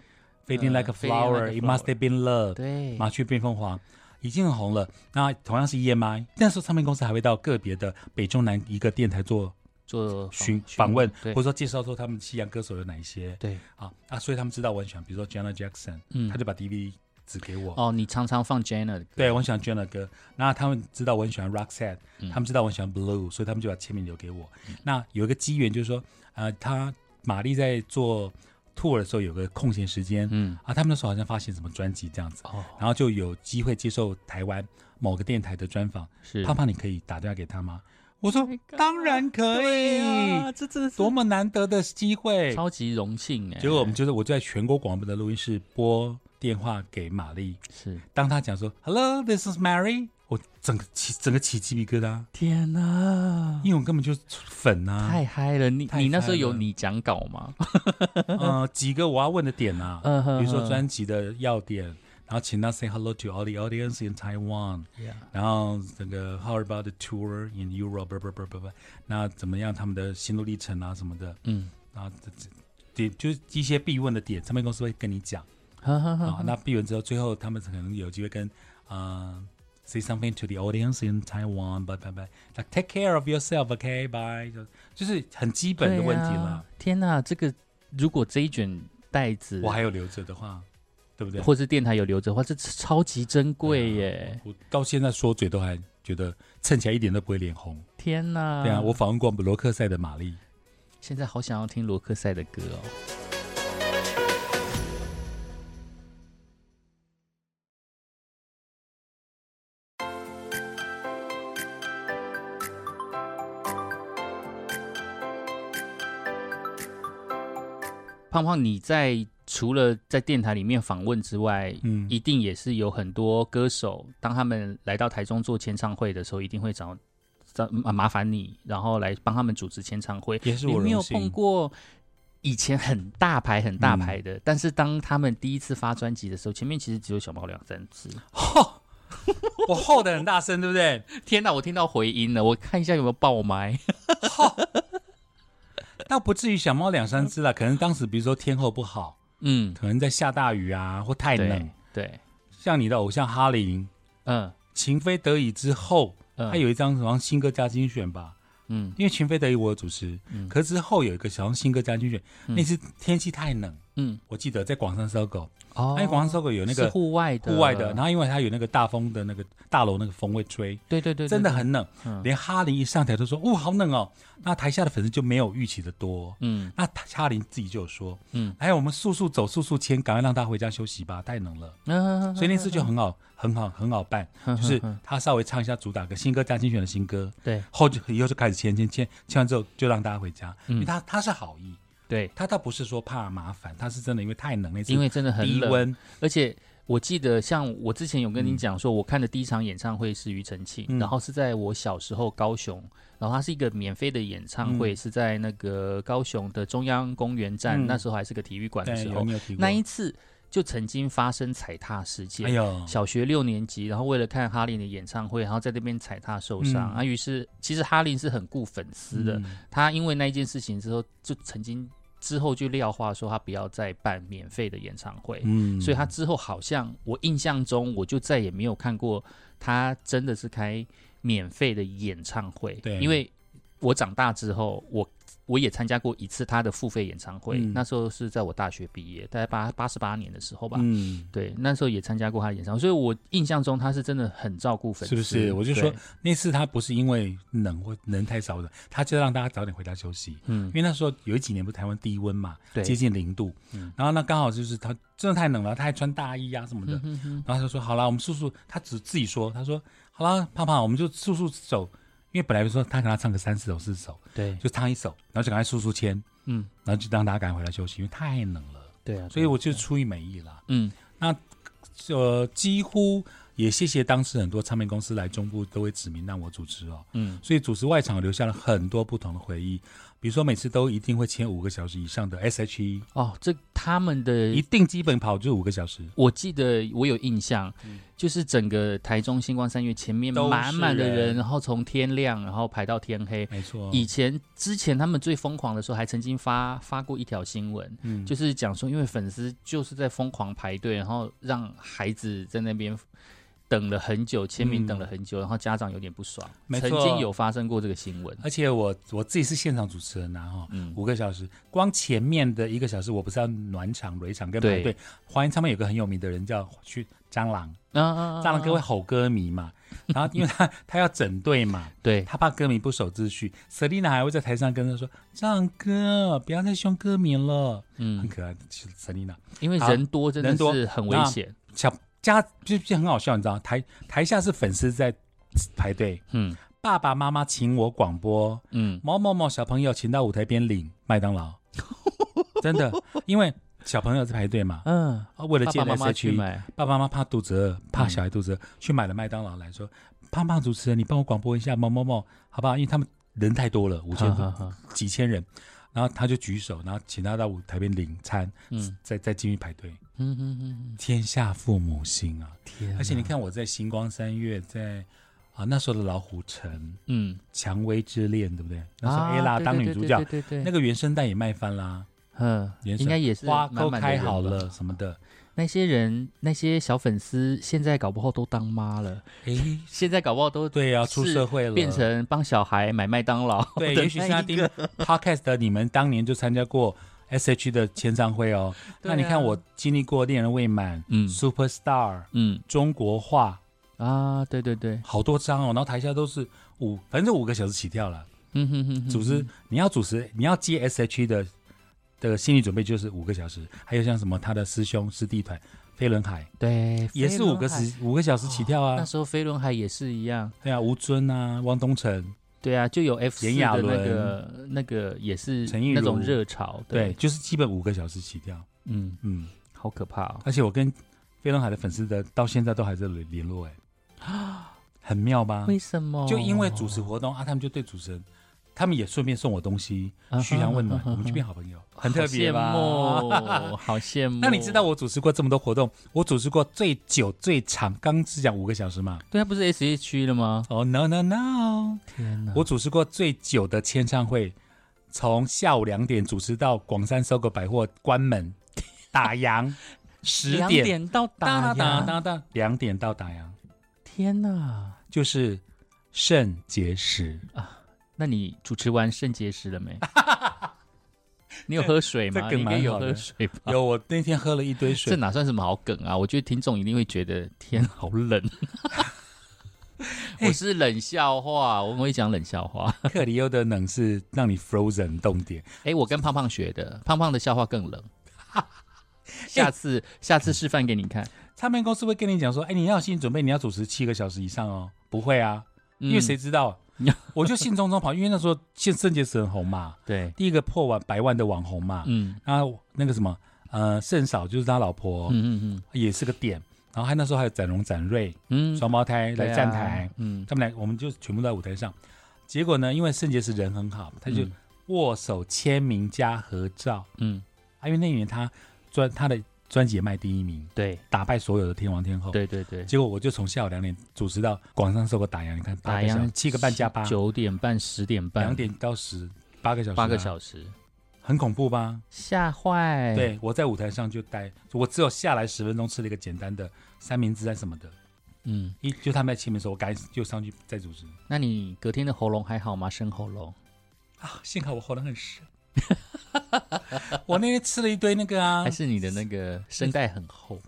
Speaker 1: Fading
Speaker 2: 呃
Speaker 1: Like a
Speaker 2: Fading Like
Speaker 1: Flower,
Speaker 2: a
Speaker 1: It Must Have Been Love，
Speaker 2: 对，
Speaker 1: 麻雀变凤凰已经很红了。那同样是 E EMI，那时候唱片公司还会到个别的北中南一个电台做
Speaker 2: 做
Speaker 1: 询访问，
Speaker 2: 哦对
Speaker 1: 或者说介绍说他们西洋歌手有哪一些
Speaker 2: 对，
Speaker 1: 啊啊，所以他们知道我很喜欢，比如说 Janet Jackson，
Speaker 2: 嗯
Speaker 1: 他，就把 DVD 指给我。
Speaker 2: 哦，你常常放 Jenna 的歌，
Speaker 1: 对，我很喜欢 Janet 的歌。那他们知道我很喜欢 Roxette，、
Speaker 2: 嗯
Speaker 1: 他们知道我很喜欢 Blue，所以他们就把签名留给我。那有一个机缘，就是说，呃，他玛丽在做 tour 的时候有个空闲时间、
Speaker 2: 嗯，
Speaker 1: 啊，他们那时候好像发行什么专辑这样子，
Speaker 2: 哦，
Speaker 1: 然后就有机会接受台湾某个电台的专访。
Speaker 2: 是
Speaker 1: 胖胖，你可以打电话给他吗？我说
Speaker 2: my God，
Speaker 1: 当然可以，
Speaker 2: 啊，这真的是
Speaker 1: 多么难得的机会。
Speaker 2: 超级荣幸哎，
Speaker 1: 结果我们就是我就在全国广播的录音室拨电话给玛丽，
Speaker 2: 是
Speaker 1: 当她讲说 “Hello, this is Mary”，我整个起整个起鸡皮疙瘩，
Speaker 2: 天哪，
Speaker 1: 因为我根本就是粉啊，
Speaker 2: 太嗨了！你
Speaker 1: 太
Speaker 2: 你那时候
Speaker 1: 嗨
Speaker 2: 有
Speaker 1: 了
Speaker 2: 你讲稿吗？
Speaker 1: 呃，几个我要问的点啊，
Speaker 2: 嗯哼
Speaker 1: 比如说
Speaker 2: 哼
Speaker 1: 专辑的要点，然后请她 say hello to all the audience in Taiwan，然后整个 How about the tour in Europe？不不不不不，那怎么样他们的心路历程啊什么的，
Speaker 2: 嗯，
Speaker 1: 然后这这点就是一些必问的点，唱片公司会跟你讲。
Speaker 2: 哈哈
Speaker 1: 啊
Speaker 2: 哈，。
Speaker 1: 那闭完之后，最后他们可能有机会跟呃 say something to the audience in Taiwan，拜拜拜，like take care of yourself，OK，bye，、就就是很基本的问题
Speaker 2: 对
Speaker 1: 了。
Speaker 2: 啊。天哪，这个如果这一卷袋子
Speaker 1: 我还有留着的话，对不对？
Speaker 2: 或是电台有留着的话，这超级珍贵耶！
Speaker 1: 我到现在说嘴都还觉得蹭起来一点都不会脸红。
Speaker 2: 天哪，
Speaker 1: 对啊，我访问过罗克赛的玛丽。
Speaker 2: 现在好想要听罗克赛的歌哦。胖胖，你在除了在电台里面访问之外，
Speaker 1: 嗯
Speaker 2: 一定也是有很多歌手，当他们来到台中做签唱会的时候，一定会找找麻麻烦你，然后来帮他们主持签唱会。
Speaker 1: 也是
Speaker 2: 你
Speaker 1: 我
Speaker 2: 没有
Speaker 1: 荣幸
Speaker 2: 碰过以前很大牌、很大牌的，但是当他们第一次发专辑的时候，前面其实只有小猫两三只。
Speaker 1: 我吼的很大声，对不对？
Speaker 2: 天哪，我听到回音了，我看一下有没有爆麦。
Speaker 1: 倒不至于小猫两三只啦，可能当时比如说天候不好，
Speaker 2: 嗯，
Speaker 1: 可能在下大雨啊，或太冷
Speaker 2: 对。对，
Speaker 1: 像你的偶像哈林，
Speaker 2: 嗯
Speaker 1: 情非得已之后，
Speaker 2: 嗯，
Speaker 1: 他有一张好像新歌加精选吧，
Speaker 2: 嗯
Speaker 1: 因为情非得已我有主持，
Speaker 2: 嗯
Speaker 1: 可是之后有一个好像新歌加精选，那次天气太冷，
Speaker 2: 嗯
Speaker 1: 我记得在广山搜狗，
Speaker 2: 哦
Speaker 1: 因为广山搜狗有那
Speaker 2: 是
Speaker 1: 个
Speaker 2: 户外的
Speaker 1: 户外的，然，后因为它有那个大风的那个大楼那个风会吹，
Speaker 2: 对对对，对
Speaker 1: 真的，很冷，
Speaker 2: 嗯
Speaker 1: 连哈林一上台都说哦好冷哦，那台下的粉丝就没有预期的多。
Speaker 2: 嗯
Speaker 1: 那他哈林自己就有说，
Speaker 2: 嗯
Speaker 1: 哎，我们速速走，速速签，赶快让他回家休息吧，太冷了。
Speaker 2: 嗯，
Speaker 1: 所以那次就很好，很好，很好办，
Speaker 2: 嗯
Speaker 1: 就是
Speaker 2: 嗯嗯
Speaker 1: 他稍微唱一下主打歌，新歌加精选的新歌，
Speaker 2: 对
Speaker 1: 后就以后就开始签签签，签完之后就让大家回家，
Speaker 2: 嗯
Speaker 1: 因为他他是好意，
Speaker 2: 对，
Speaker 1: 他倒不是说怕麻烦，他是真的因为太冷那次，
Speaker 2: 因为真的很
Speaker 1: 低
Speaker 2: 冷，
Speaker 1: 温，
Speaker 2: 而且我记得，像我之前有跟你讲说，我看的第一场演唱会是庾澄庆，
Speaker 1: 嗯
Speaker 2: 然后是在我小时候高雄，然后它是一个免费的演唱会，是在那个高雄的中央公园站，
Speaker 1: 嗯
Speaker 2: 那时候还是个体育馆的
Speaker 1: 对，
Speaker 2: 时
Speaker 1: 有
Speaker 2: 候，
Speaker 1: 你有提过
Speaker 2: 那一次就曾经发生踩踏事件。
Speaker 1: 哎呦，
Speaker 2: 小学六年级，然后为了看哈林的演唱会，然后在那边踩踏受伤、
Speaker 1: 嗯
Speaker 2: 啊。于是，其实哈林是很顾粉丝的，
Speaker 1: 嗯
Speaker 2: 他因为那一件事情之后，就曾经之后就撂话说他不要再办免费的演唱会。
Speaker 1: 嗯
Speaker 2: 所以他之后好像我印象中，我就再也没有看过他真的是开免费的演唱会。
Speaker 1: 对
Speaker 2: 因为我长大之后，我我也参加过一次他的付费演唱会，
Speaker 1: 嗯
Speaker 2: 那时候是在我大学毕业，大概八八十八年的时候吧。
Speaker 1: 嗯，
Speaker 2: 对，那时候也参加过他的演唱会，所以我印象中他是真的很照顾粉
Speaker 1: 是
Speaker 2: 丝，
Speaker 1: 不是我就
Speaker 2: 对
Speaker 1: 说，那次他不是因为冷或人太少了，他就让大家早点回家休息，
Speaker 2: 嗯
Speaker 1: 因，为那时候有几年不是台湾低温嘛，
Speaker 2: 对
Speaker 1: 接近零度，
Speaker 2: 嗯
Speaker 1: 然后呢刚好就是他真的太冷了，他还穿大衣啊什么的，
Speaker 2: 嗯哼
Speaker 1: 然后他就说好啦，我们速速，他只自己说，他说好啦，胖胖，我们就速速走，因为本来说他给他唱个三四首四首，
Speaker 2: 对，
Speaker 1: 就唱一首，然后就赶快速速签，
Speaker 2: 嗯，
Speaker 1: 然后就让大家赶快回来休息，因为太冷了，
Speaker 2: 对啊，
Speaker 1: 所以我就出于美意啦，
Speaker 2: 嗯
Speaker 1: 呃，几乎也谢谢当时很多唱片公司来中部都会指名让我主持哦，
Speaker 2: 嗯
Speaker 1: 所以主持外场留下了很多不同的回忆，比比如说每次都一定会签五个小时以上的 SHE，
Speaker 2: 哦，这他们的
Speaker 1: 一定基本跑就是五个小时。
Speaker 2: 我记得我有印象，就是整个台中星光三月前面
Speaker 1: 嗯都是
Speaker 2: 满满的人，
Speaker 1: 人哦
Speaker 2: 然后从天亮然后排到天黑。
Speaker 1: 没错，
Speaker 2: 以前之前他们最疯狂的时候，还曾经发发过一条新闻，
Speaker 1: 嗯
Speaker 2: 就是讲说，因为粉丝就是在疯狂排队，然后让孩子在那边等了很久，签名
Speaker 1: 嗯
Speaker 2: 等了很久，然后家长有点不爽。
Speaker 1: 没
Speaker 2: 曾
Speaker 1: 错嗯
Speaker 2: 经有发生过这个新闻。
Speaker 1: 而且我我自己是现场主持人呐、啊、哈，
Speaker 2: 嗯，
Speaker 1: 五个小时，光前面的一个小时，我不是要暖场、蕊场跟排
Speaker 2: 对
Speaker 1: 队。华研唱片有个很有名的人叫去蟑螂，
Speaker 2: 啊啊啊啊
Speaker 1: 蟑螂哥会吼歌迷嘛，然后因为他他要整队嘛，
Speaker 2: 对，
Speaker 1: 他怕歌迷不守秩序，Selina 还会在台上跟他说：“蟑螂哥，不要再凶歌迷了。”很
Speaker 2: 嗯，
Speaker 1: 可爱的 Selina，
Speaker 2: 因为
Speaker 1: 好
Speaker 2: 人多真的
Speaker 1: 人多
Speaker 2: 是很危
Speaker 1: 那
Speaker 2: 险。
Speaker 1: 小家就就很好笑，你知道，台台下是粉丝在排队，
Speaker 2: 嗯
Speaker 1: 爸爸妈妈请我广播，
Speaker 2: 嗯，
Speaker 1: 某某某小朋友请到舞台边领麦当 劳，真的，因为小朋友在排队 嘛，
Speaker 2: 嗯，
Speaker 1: 啊为了
Speaker 2: 爸
Speaker 1: 见
Speaker 2: 爸妈妈
Speaker 1: S
Speaker 2: 去
Speaker 1: H，
Speaker 2: 买，嗯
Speaker 1: 爸爸妈妈怕肚子饿，怕小孩肚子饿，去买了麦当劳来说，胖胖主持人，你帮我广播一下某某某，好不好？因为他们人太多了，五千
Speaker 2: 哈哈哈
Speaker 1: 几千人，然后他就举手，然后请他到舞台边领餐，
Speaker 2: 嗯
Speaker 1: 再再进去排队。
Speaker 2: 嗯嗯嗯，
Speaker 1: 天下父母心啊！
Speaker 2: 天
Speaker 1: 而且你看我在星光三月，在啊那时候的老虎城。
Speaker 2: 嗯，
Speaker 1: 蔷薇之恋，对不对？那时候
Speaker 2: 啊
Speaker 1: ella
Speaker 2: 对
Speaker 1: 当
Speaker 2: 对
Speaker 1: 女
Speaker 2: 对
Speaker 1: 主
Speaker 2: 对
Speaker 1: 角，
Speaker 2: 对对
Speaker 1: 那
Speaker 2: 对，
Speaker 1: 个原声带也卖翻啦，
Speaker 2: 嗯，
Speaker 1: 原
Speaker 2: 应该
Speaker 1: 神
Speaker 2: 也是
Speaker 1: 花
Speaker 2: 满
Speaker 1: 都
Speaker 2: 满的
Speaker 1: 开
Speaker 2: 人
Speaker 1: 好了。什么的。
Speaker 2: 那些人，那些小粉丝，现在搞不好都当妈 了，
Speaker 1: 诶，
Speaker 2: 现在搞不好都
Speaker 1: 对啊，
Speaker 2: 是
Speaker 1: 出社会了，
Speaker 2: 变成帮小孩买麦当劳
Speaker 1: 对，
Speaker 2: 的
Speaker 1: 也许是
Speaker 2: 那
Speaker 1: 他
Speaker 2: 一
Speaker 1: 听
Speaker 2: 个
Speaker 1: podcast 的你们当年就参加过 SH 的签唱会哦。
Speaker 2: 对
Speaker 1: 那你
Speaker 2: 啊
Speaker 1: 看我经历过恋人未满、
Speaker 2: 嗯
Speaker 1: Superstar、
Speaker 2: 嗯
Speaker 1: 中国话，
Speaker 2: 啊，对对对，
Speaker 1: 好多张哦，然后台下都是五，反正五个小时起跳了。
Speaker 2: 嗯哼哼哼，
Speaker 1: 组织你要主持，你要接 SH 的的心理准备就是五个小时，还有像什么他的师兄师弟团飞轮海。
Speaker 2: 对
Speaker 1: 也是五个
Speaker 2: 时
Speaker 1: 时五个小时起跳啊
Speaker 2: 哦那，时候飞轮海也是一样，
Speaker 1: 对啊，吴尊啊，汪东城，
Speaker 2: 对啊，就有 F 四
Speaker 1: 炎亚
Speaker 2: 的那
Speaker 1: 纶
Speaker 2: 个那个也是
Speaker 1: 陈亦
Speaker 2: 那种
Speaker 1: 儒
Speaker 2: 热潮，
Speaker 1: 对，，就是基本五个小时起跳，
Speaker 2: 嗯，
Speaker 1: 嗯，
Speaker 2: 好可怕哦，
Speaker 1: 而且我跟飞轮海的粉丝的到现在都还在联联络、哎， 很妙吧？
Speaker 2: 为什么？
Speaker 1: 就因为主持活动啊，他们就对主持人，他们也顺便送我东西，
Speaker 2: 啊哈
Speaker 1: 嘘寒问
Speaker 2: 啊
Speaker 1: 暖，
Speaker 2: 哈
Speaker 1: 我们就变好朋友，很特别吧？
Speaker 2: 好羡哦慕，好羡慕。
Speaker 1: 那你知道我主持过这么多活动，我主持过最久最长，刚是讲五个小时嘛？
Speaker 2: 对他不是 S H E 了吗？
Speaker 1: 哦、no no no，
Speaker 2: 天哪！
Speaker 1: 我主持过最久的签唱会，从下午两点主持到广山搜狗百货关门打烊，十
Speaker 2: 两
Speaker 1: 点
Speaker 2: 点到
Speaker 1: 哒
Speaker 2: 打
Speaker 1: 哒
Speaker 2: 烊，
Speaker 1: 哒哒，两点到打烊，
Speaker 2: 天哪！
Speaker 1: 就是肾结石。
Speaker 2: 那你主持完肾结石了 没？你有喝水吗？
Speaker 1: 这
Speaker 2: 你
Speaker 1: 梗
Speaker 2: 应该
Speaker 1: 蛮
Speaker 2: 有
Speaker 1: 好
Speaker 2: 喝
Speaker 1: 的
Speaker 2: 水吧？
Speaker 1: 有，我那天喝了一堆
Speaker 2: 这
Speaker 1: 水，
Speaker 2: 哪算什么好梗啊？我觉得听众一定会觉得天好冷。
Speaker 1: 哎
Speaker 2: 我是冷笑话，我会讲冷笑话。
Speaker 1: 克里欧的冷是让你 frozen 冻点。
Speaker 2: 哎，我跟胖胖学的，胖胖的笑 话更冷。下次下次示范给你看，
Speaker 1: 唱片公司会跟你讲说，哎，你要有心理准备，你要主持七个小时以上哦。不会啊，因为
Speaker 2: 嗯
Speaker 1: 谁知 道？我就兴冲冲跑，因为那时候现肾结石很红嘛，
Speaker 2: 对，
Speaker 1: 第一个破万百万的网红嘛，
Speaker 2: 嗯
Speaker 1: 啊，那个什么，呃，盛嫂就是他老婆，
Speaker 2: 嗯嗯
Speaker 1: 也是个点。然后还那时候还有展荣、展瑞
Speaker 2: 嗯嗯，
Speaker 1: 双胞胎来站台，
Speaker 2: 嗯，
Speaker 1: 他们俩我们就全部都在舞台上。结果呢，因为圣杰是人很好，他就
Speaker 2: 嗯
Speaker 1: 握手签名加合照。
Speaker 2: 嗯，
Speaker 1: 啊，因为那一年他专他的专辑也卖第一名，
Speaker 2: 对
Speaker 1: 打败所有的天王天后。。
Speaker 2: 对对对，
Speaker 1: 结果我就从下午两点主持到广上收个打烊，你看八
Speaker 2: 打
Speaker 1: 个小
Speaker 2: 烊
Speaker 1: 时七个半加八，
Speaker 2: 九点半、十点半、
Speaker 1: 两点到十八个小时啊、
Speaker 2: 八个小时，哎
Speaker 1: 很恐怖吧？
Speaker 2: 吓坏。，
Speaker 1: 对，我在舞台上就待，我只有下来十分钟吃了一个简单的三明治啊什么的。
Speaker 2: 嗯，
Speaker 1: 一就他们在签名的时候，我赶紧就上去再主持。
Speaker 2: 那你隔天的喉咙还好吗？生喉咙？
Speaker 1: 啊，幸好我喉咙很 深。我那天吃了一堆那个啊
Speaker 2: 还，是你的那个声带很厚？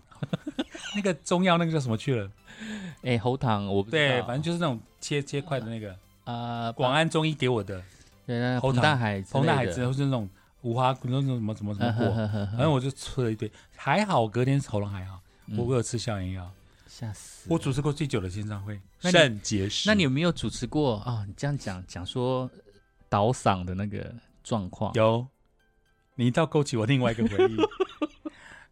Speaker 1: 那个中药那个叫什么去了？
Speaker 2: 哎，喉糖我不知道
Speaker 1: 对，反正就是那种切切块的那个，
Speaker 2: 啊，
Speaker 1: 广安中医给我的，
Speaker 2: 对那个
Speaker 1: 喉
Speaker 2: 彭
Speaker 1: 糖
Speaker 2: 大海之类的，嗯
Speaker 1: 红大海之后是那种无花果，那种什么什么什么果，反正我就吃了一堆，还好我隔天喉咙还好，
Speaker 2: 嗯
Speaker 1: 我我有吃消炎药。
Speaker 2: 吓死！
Speaker 1: 我主持过最久的签唱会，
Speaker 2: 那你
Speaker 1: 肾结石。
Speaker 2: 那你有没有主持过啊？你这样讲讲说倒嗓的那个状况？
Speaker 1: 有，你一道勾起我另外一个回忆。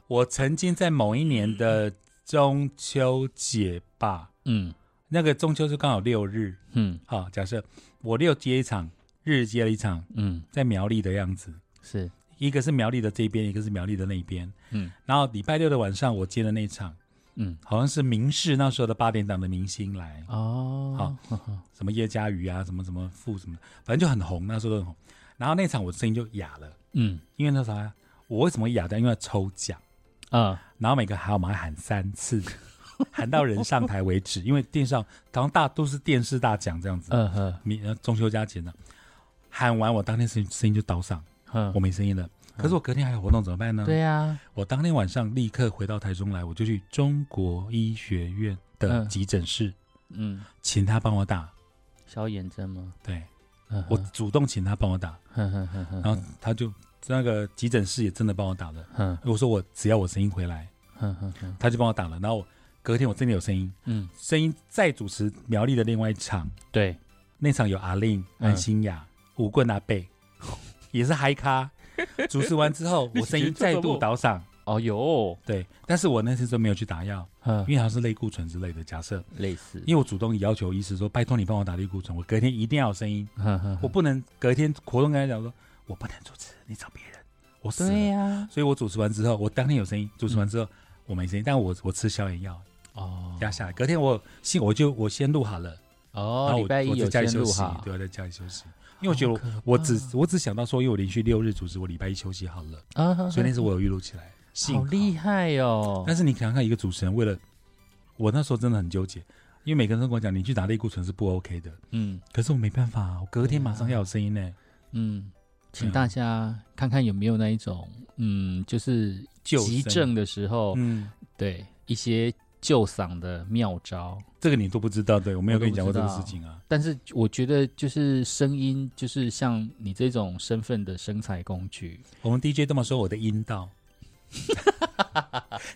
Speaker 1: 我曾经在某一年的中秋节吧，
Speaker 2: 嗯
Speaker 1: 那个中秋就刚好六日，
Speaker 2: 嗯
Speaker 1: 好、假设我六接一场，日接了一场
Speaker 2: 嗯，
Speaker 1: 在苗栗的样子，
Speaker 2: 是，
Speaker 1: 一个是苗栗的这边，一个是苗栗的那边。
Speaker 2: 嗯
Speaker 1: 然后礼拜六的晚上我接的那场，
Speaker 2: 嗯，
Speaker 1: 好像是明视那时候的八点档的明星来，
Speaker 2: 哦，好，
Speaker 1: 什么叶嘉瑜啊，什么什么傅什么的，反正就很红，那时候都很红。然后那场我声音就哑了，
Speaker 2: 嗯
Speaker 1: 因为那啥，我为什么哑掉？因为要抽奖，
Speaker 2: 啊，
Speaker 1: 然后每个号码喊三次， 喊到人上台为止。因为电视上好像大都是电视大奖这样子，
Speaker 2: 嗯哼
Speaker 1: 明、呃中秋佳节呢，喊完我当天声音声音就倒上，我
Speaker 2: 哼，
Speaker 1: 没声音了。可是我隔天还有活动怎么办呢？
Speaker 2: 对啊呀，
Speaker 1: 我当天晚上立刻回到台中来，我就去中国医学院的
Speaker 2: 嗯
Speaker 1: 急诊室，
Speaker 2: 嗯，
Speaker 1: 请他帮我打。
Speaker 2: 消炎针吗？
Speaker 1: 对
Speaker 2: 嗯
Speaker 1: 我
Speaker 2: 哼
Speaker 1: 主动请他帮我打，
Speaker 2: 哼哼哼哼
Speaker 1: 然后他就那个急诊室也真的帮我打了。
Speaker 2: 哼
Speaker 1: 我说我只要我声音回来，
Speaker 2: 哼哼哼，
Speaker 1: 他就帮我打了。然后我隔天我真的有声音，
Speaker 2: 嗯，
Speaker 1: 声音再主持苗栗的另外一场，
Speaker 2: 对，
Speaker 1: 那场有阿令、
Speaker 2: 嗯
Speaker 1: 安心雅、武棍阿贝， 也是嗨 咖。主持完之后，
Speaker 2: 你
Speaker 1: 我声音
Speaker 2: 觉得
Speaker 1: 再
Speaker 2: 这
Speaker 1: 度
Speaker 2: 么
Speaker 1: 倒嗓。
Speaker 2: 哦哟，
Speaker 1: 对，但是我那次都没有去打药，
Speaker 2: 嗯
Speaker 1: 因，为好像是类固醇之类的。假设
Speaker 2: 类似，
Speaker 1: 因为我主动要求医师说，拜托你帮我打类固醇，我隔天一定要有声音，
Speaker 2: 哼哼
Speaker 1: 我
Speaker 2: 哼，
Speaker 1: 不能隔天活动跟他讲说，我不能主持，你找别人，我死
Speaker 2: 对
Speaker 1: 了。
Speaker 2: 呀，
Speaker 1: 所以我主持完之后，我当天有声音，主持完之后、我没声音，但我我吃消炎药
Speaker 2: 哦
Speaker 1: 压下来，隔天我先我就我先录好了，然
Speaker 2: 哦，
Speaker 1: 后
Speaker 2: 礼
Speaker 1: 我
Speaker 2: 拜一
Speaker 1: 我在
Speaker 2: 有
Speaker 1: 家里
Speaker 2: 先
Speaker 1: 休
Speaker 2: 录
Speaker 1: 息，
Speaker 2: 哈，
Speaker 1: 对，我在家里休息，因为我觉得
Speaker 2: 好可
Speaker 1: 我我只
Speaker 2: 怕
Speaker 1: 我只想到说，因为我连续六日主持，我礼拜一休息好了，
Speaker 2: 啊哼，
Speaker 1: 所以那次
Speaker 2: 哼
Speaker 1: 我有预录起来，幸
Speaker 2: 好厉
Speaker 1: 害。
Speaker 2: 害哦，
Speaker 1: 但是你想想看，一个主持人为了我那时候真的很纠结，因为每个人都跟我讲，你去打类固醇是不 OK 的。
Speaker 2: 嗯
Speaker 1: 可是我没办法、啊，我隔天马上要有声音呢、
Speaker 2: 嗯，
Speaker 1: 对
Speaker 2: 请
Speaker 1: 啊
Speaker 2: 大家看看有没有那一种，嗯，就是
Speaker 1: 救
Speaker 2: 急
Speaker 1: 生，
Speaker 2: 症的时候，
Speaker 1: 嗯，
Speaker 2: 对一些救嗓的妙招。
Speaker 1: 这个你都不知道，对我没有
Speaker 2: 我都
Speaker 1: 跟你讲过
Speaker 2: 不
Speaker 1: 这
Speaker 2: 知
Speaker 1: 个
Speaker 2: 道
Speaker 1: 事情啊。
Speaker 2: 但是我觉得，就是声音，就是像你这种身份的生财 工具，
Speaker 1: 我们 DJ 这么说，我的阴道，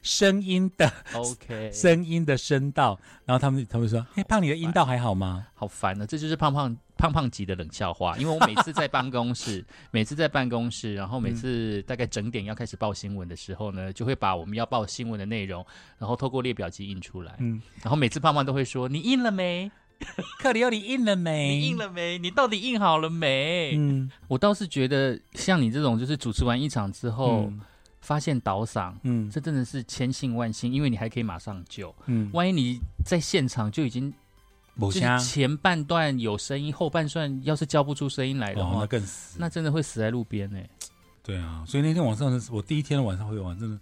Speaker 1: 声音的
Speaker 2: OK，
Speaker 1: 声音的声道，然后他们他们说，嘿，胖，你的阴道还好吗？
Speaker 2: 好烦啊呢、这就是胖胖胖胖级的冷笑话。因为我每次在办公室， 每次在办公室，然后每次大概整点要开始报新闻的时候呢，就会把我们要报新闻的内容，然后透过列表机印出来。
Speaker 1: 嗯，
Speaker 2: 然后每次胖胖都会说：“你印了没？
Speaker 1: 克里奥，你硬了没？
Speaker 2: 你印，了没？你到底印好了没？”
Speaker 1: 嗯，
Speaker 2: 我倒是觉得，像你这种，就是主持完一场之后，
Speaker 1: 嗯，
Speaker 2: 发现倒嗓，
Speaker 1: 嗯，
Speaker 2: 哦这真的是千幸万幸，因为你还可以马上救。
Speaker 1: 嗯，
Speaker 2: 万一你在现场就已经
Speaker 1: 某
Speaker 2: 就
Speaker 1: 虾
Speaker 2: 是，前半段有声音，后半段要是叫不出声音来的
Speaker 1: 哦，
Speaker 2: 话，
Speaker 1: 那更死，
Speaker 2: 那真的会死在路边呢、欸
Speaker 1: 对啊，所以那天晚上，我第一天晚上会玩，真的，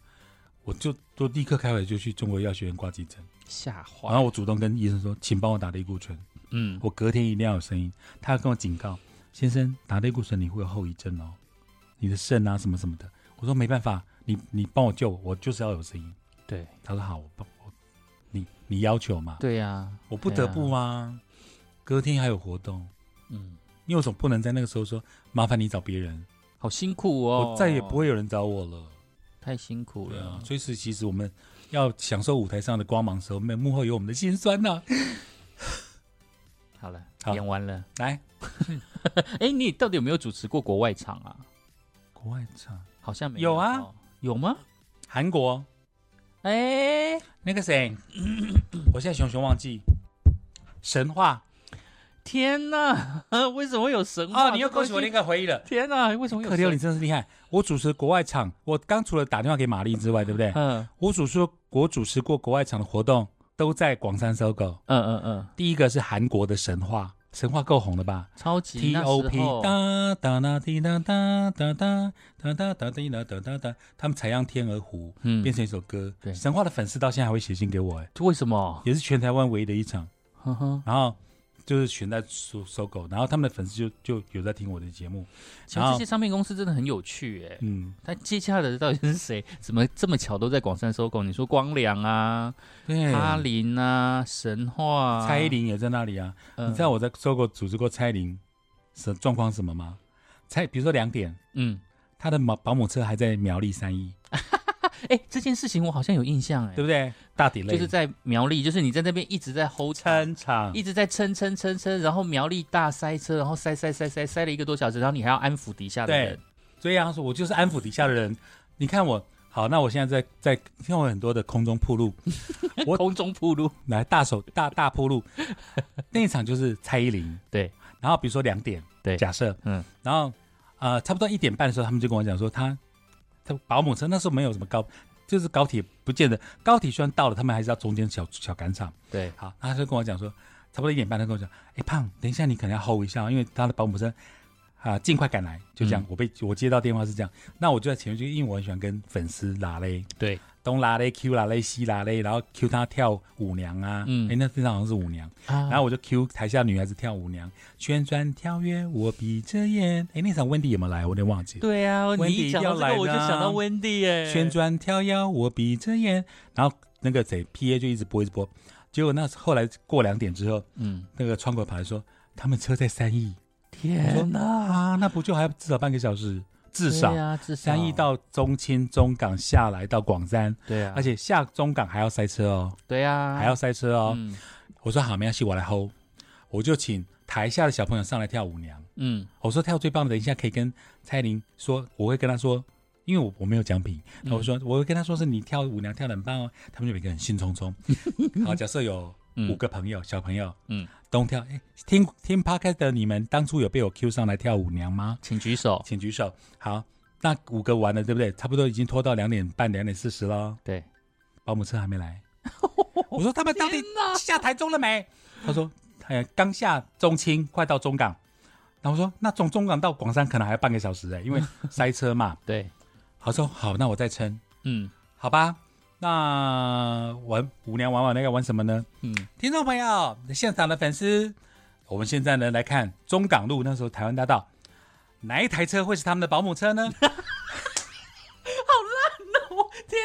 Speaker 1: 我就都立刻开会就去中国药学院挂急诊，
Speaker 2: 吓
Speaker 1: 然
Speaker 2: 坏。
Speaker 1: 后我主动跟医生说，请帮我打类固醇。
Speaker 2: 嗯，
Speaker 1: 我隔天一定要有声音。他跟我警告，先生，打类固醇你会有后遗症哦，你的肾啊什么什么的。我说没办法，你你帮我救我，我就是要有声音。
Speaker 2: 对
Speaker 1: 他说好，我帮我，你你要求嘛，
Speaker 2: 对呀、
Speaker 1: 我不得不
Speaker 2: 对啊。
Speaker 1: 啊。隔天还有活动，
Speaker 2: 嗯，
Speaker 1: 因为我总不能在那个时候说麻烦你找别人，
Speaker 2: 好辛苦哦，
Speaker 1: 我再也不会有人找我了。
Speaker 2: 太辛苦
Speaker 1: 对啊
Speaker 2: 了，。
Speaker 1: 所以是其实我们要享受舞台上的光芒的时候，那幕后有我们的辛酸呐、
Speaker 2: 好了，
Speaker 1: 好
Speaker 2: 演完了。
Speaker 1: 来，
Speaker 2: 哎，你到底有没有主持过国外场啊？
Speaker 1: 国外唱
Speaker 2: 好像没
Speaker 1: 有啊
Speaker 2: 哦，有吗？
Speaker 1: 韩国
Speaker 2: 哎，
Speaker 1: 那个谁，我现在熊熊忘记神话
Speaker 2: 天哪！ 为什么会有神话？
Speaker 1: 哦，你又勾起我那
Speaker 2: 个！
Speaker 1: 个回忆了。
Speaker 2: 天哪！为什么会有
Speaker 1: 克里奥，你
Speaker 2: 神？
Speaker 1: 真是厉害！我主持国外场，我刚除了打电话给玛丽之外，对不对？
Speaker 2: 嗯
Speaker 1: 我主持我主持过国外场的活动，都在广山搜狗。
Speaker 2: 嗯嗯嗯，
Speaker 1: 第一个是韩国的神话，神话够红了吧
Speaker 2: 超级
Speaker 1: ？T
Speaker 2: 那
Speaker 1: O
Speaker 2: 时
Speaker 1: P
Speaker 2: 候，
Speaker 1: 哒哒哒滴哒哒哒哒哒哒哒滴哒哒哒哒，他们采样《天鹅湖》
Speaker 2: 嗯
Speaker 1: 变成一首歌。
Speaker 2: 对
Speaker 1: 神话的粉丝到现在还会写信给我，哎，
Speaker 2: 为什么？
Speaker 1: 也是全台湾唯一的一场。
Speaker 2: 哼哼，
Speaker 1: 然后就是选在搜搜狗，然后他们的粉丝就就有在听我的节目，
Speaker 2: 其实
Speaker 1: 然后
Speaker 2: 这些唱片公司真的很有趣哎、
Speaker 1: 嗯，
Speaker 2: 他接洽的到底是谁？怎么这么巧都在广山收购？你说光良啊、
Speaker 1: 对
Speaker 2: 哈林啊、神话、
Speaker 1: 嗯
Speaker 2: 啊、
Speaker 1: 蔡依，林也在那里啊。
Speaker 2: 嗯
Speaker 1: 你知道我在搜狗组织过蔡依林什状况是什么吗？蔡比如说两点，
Speaker 2: 嗯，
Speaker 1: 她的保保姆车还在苗栗三一，
Speaker 2: 哎、这件事情我好像有印象哎、
Speaker 1: 对不对？大底类
Speaker 2: 就是在苗栗，就是你在那边一直在 hold
Speaker 1: 撑场
Speaker 2: 一直在撑撑撑撑，然后苗栗大塞车，然后塞塞塞塞塞了一个多小时，然后你还要安抚底下的
Speaker 1: 对
Speaker 2: 人。，
Speaker 1: 所以他说我就是安抚底下的人。你看我好，那我现在在在因为我有很多的空中铺路，我
Speaker 2: 空中铺路，
Speaker 1: 来大手大大铺路，那一场就是蔡依林。
Speaker 2: 对，
Speaker 1: 然后比如说两点，
Speaker 2: 对
Speaker 1: 假设，
Speaker 2: 嗯
Speaker 1: 嗯，然后呃，差不多一点半的时候，他们就跟我讲说，他他保姆车那时候没有什么高，就是高铁不见得，高铁虽然到了，他们还是要中间小小赶场。
Speaker 2: 对，
Speaker 1: 好，然后他就跟我讲说，差不多一点半，他跟我讲，哎，胖，等一下你可能要 hold 一下哦，因为他的保姆车啊、尽快赶来，就这
Speaker 2: 嗯
Speaker 1: 样。我被我接到电话是这样，那我就在前面，就因为我很喜欢跟粉丝拉嘞，
Speaker 2: 对，
Speaker 1: 东拉嘞 Q 拉嘞西拉嘞，然后 Q 他跳舞娘啊，
Speaker 2: 嗯
Speaker 1: 嗯，哎，那身上好像是舞娘。
Speaker 2: 啊
Speaker 1: 然后我就 Q 台下女孩子跳舞娘，旋转跳跃，我闭着眼。哎，那场 Wendy 有没有来？我有点忘记。
Speaker 2: 对啊，你一
Speaker 1: Wendy
Speaker 2: 讲到这
Speaker 1: 要来
Speaker 2: 个，我就
Speaker 1: 的啊
Speaker 2: 想到 Wendy 耶、
Speaker 1: 旋转跳跃，我闭着眼。然后那个谁 PA 就一直播一直播，结果那后来过两点之后，
Speaker 2: 嗯，
Speaker 1: 那个窗口跑来说他们车在三亿，我说
Speaker 2: 天哪，
Speaker 1: 啊，那不就还要至少半个小时？至少
Speaker 2: 对啊，至少
Speaker 1: 三亿到中清中港下来到广山，
Speaker 2: 对啊，
Speaker 1: 而且下中港还要塞车哦，
Speaker 2: 对啊，
Speaker 1: 还要塞车哦。
Speaker 2: 嗯
Speaker 1: 我说好，没关系，我来 hold，我就请台下的小朋友上来跳舞娘。
Speaker 2: 嗯
Speaker 1: 我说跳最棒的，等一下可以跟蔡依林说，我会跟她说，因为我我没有奖品，然后我说我会跟她说是你跳舞娘跳的很棒哦，他们就每个人兴冲冲。好，假设有
Speaker 2: 嗯
Speaker 1: 五个朋友，小朋友，
Speaker 2: 嗯
Speaker 1: 嗯，东跳，哎，听听 podcast 的你们，当初有被我 Q 上来跳舞娘吗？
Speaker 2: 请举手，
Speaker 1: 请举手。好，那五个完了，对不对？差不多已经拖到两点半、两点四十了，
Speaker 2: 对，
Speaker 1: 保姆车还没来。我说他们到底下台中了没？他说，哎，刚下中清，快到中港。然后我说，那从中港到广山可能还要半个小时哎、因为塞车嘛。
Speaker 2: 对，
Speaker 1: 好说好，那我再撑，
Speaker 2: 嗯
Speaker 1: 好吧？那玩五娘玩玩那个玩什么呢？
Speaker 2: 嗯，
Speaker 1: 听众朋友，现场的粉丝，我们现在呢来看中港路那时候台湾大道，哪一台车会是他们的保姆车呢？
Speaker 2: 我天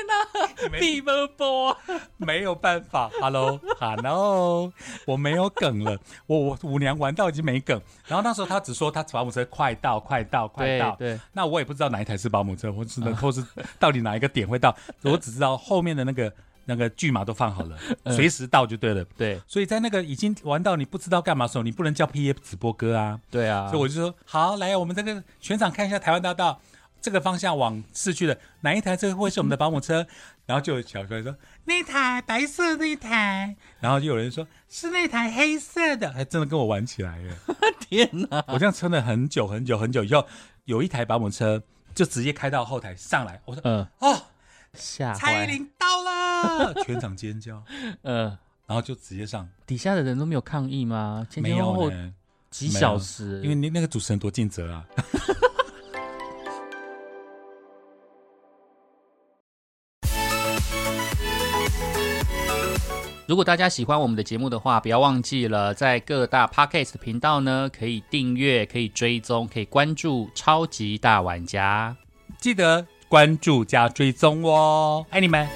Speaker 2: 哪，闭门播，
Speaker 1: 没有办法，Hello Hello，我没有梗了，我我舞娘玩到已经没梗。然后那时候他只说他保姆车快到，快到，快
Speaker 2: 对
Speaker 1: 到。
Speaker 2: 对，
Speaker 1: 那我也不知道哪一台是保姆车，或 是或是到底哪一个点会到，我只知道后面的那个那个剧码都放 好了，
Speaker 2: 嗯
Speaker 1: 随时到就对了。
Speaker 2: 对
Speaker 1: 所以在那个已经玩到你不知道干嘛的时候，你不能叫 P F 直播歌啊。
Speaker 2: 对啊，
Speaker 1: 所以我就说好，来我们这个全场看一下台湾大道这个方向往市区的哪一台车会是我们的保姆车？然后就有小哥说那台白色那台，然后就有人说是那台黑色的，还真的跟我玩起来 耶！
Speaker 2: 天哪，
Speaker 1: 我这样撑了很久很久很久以后，有一台保姆车就直接开到后台上来，我说
Speaker 2: 嗯，
Speaker 1: 哦，
Speaker 2: 吓
Speaker 1: 蔡
Speaker 2: 坏
Speaker 1: 依，林到了， 全场尖叫，
Speaker 2: 嗯。
Speaker 1: 然后就直接 上，
Speaker 2: 底下的人都没有抗议吗？前
Speaker 1: 没
Speaker 2: 前后
Speaker 1: 有
Speaker 2: 后
Speaker 1: 呢。
Speaker 2: 几
Speaker 1: 没有
Speaker 2: 小时，
Speaker 1: 因为你那个主持人多尽责啊。
Speaker 2: 如果大家喜欢我们的节目的话，不要忘记了在各大 podcast 的频道呢，可以订阅、可以追踪、可以关注《超级大玩家》。
Speaker 1: 记得关注加追踪哦，爱你们，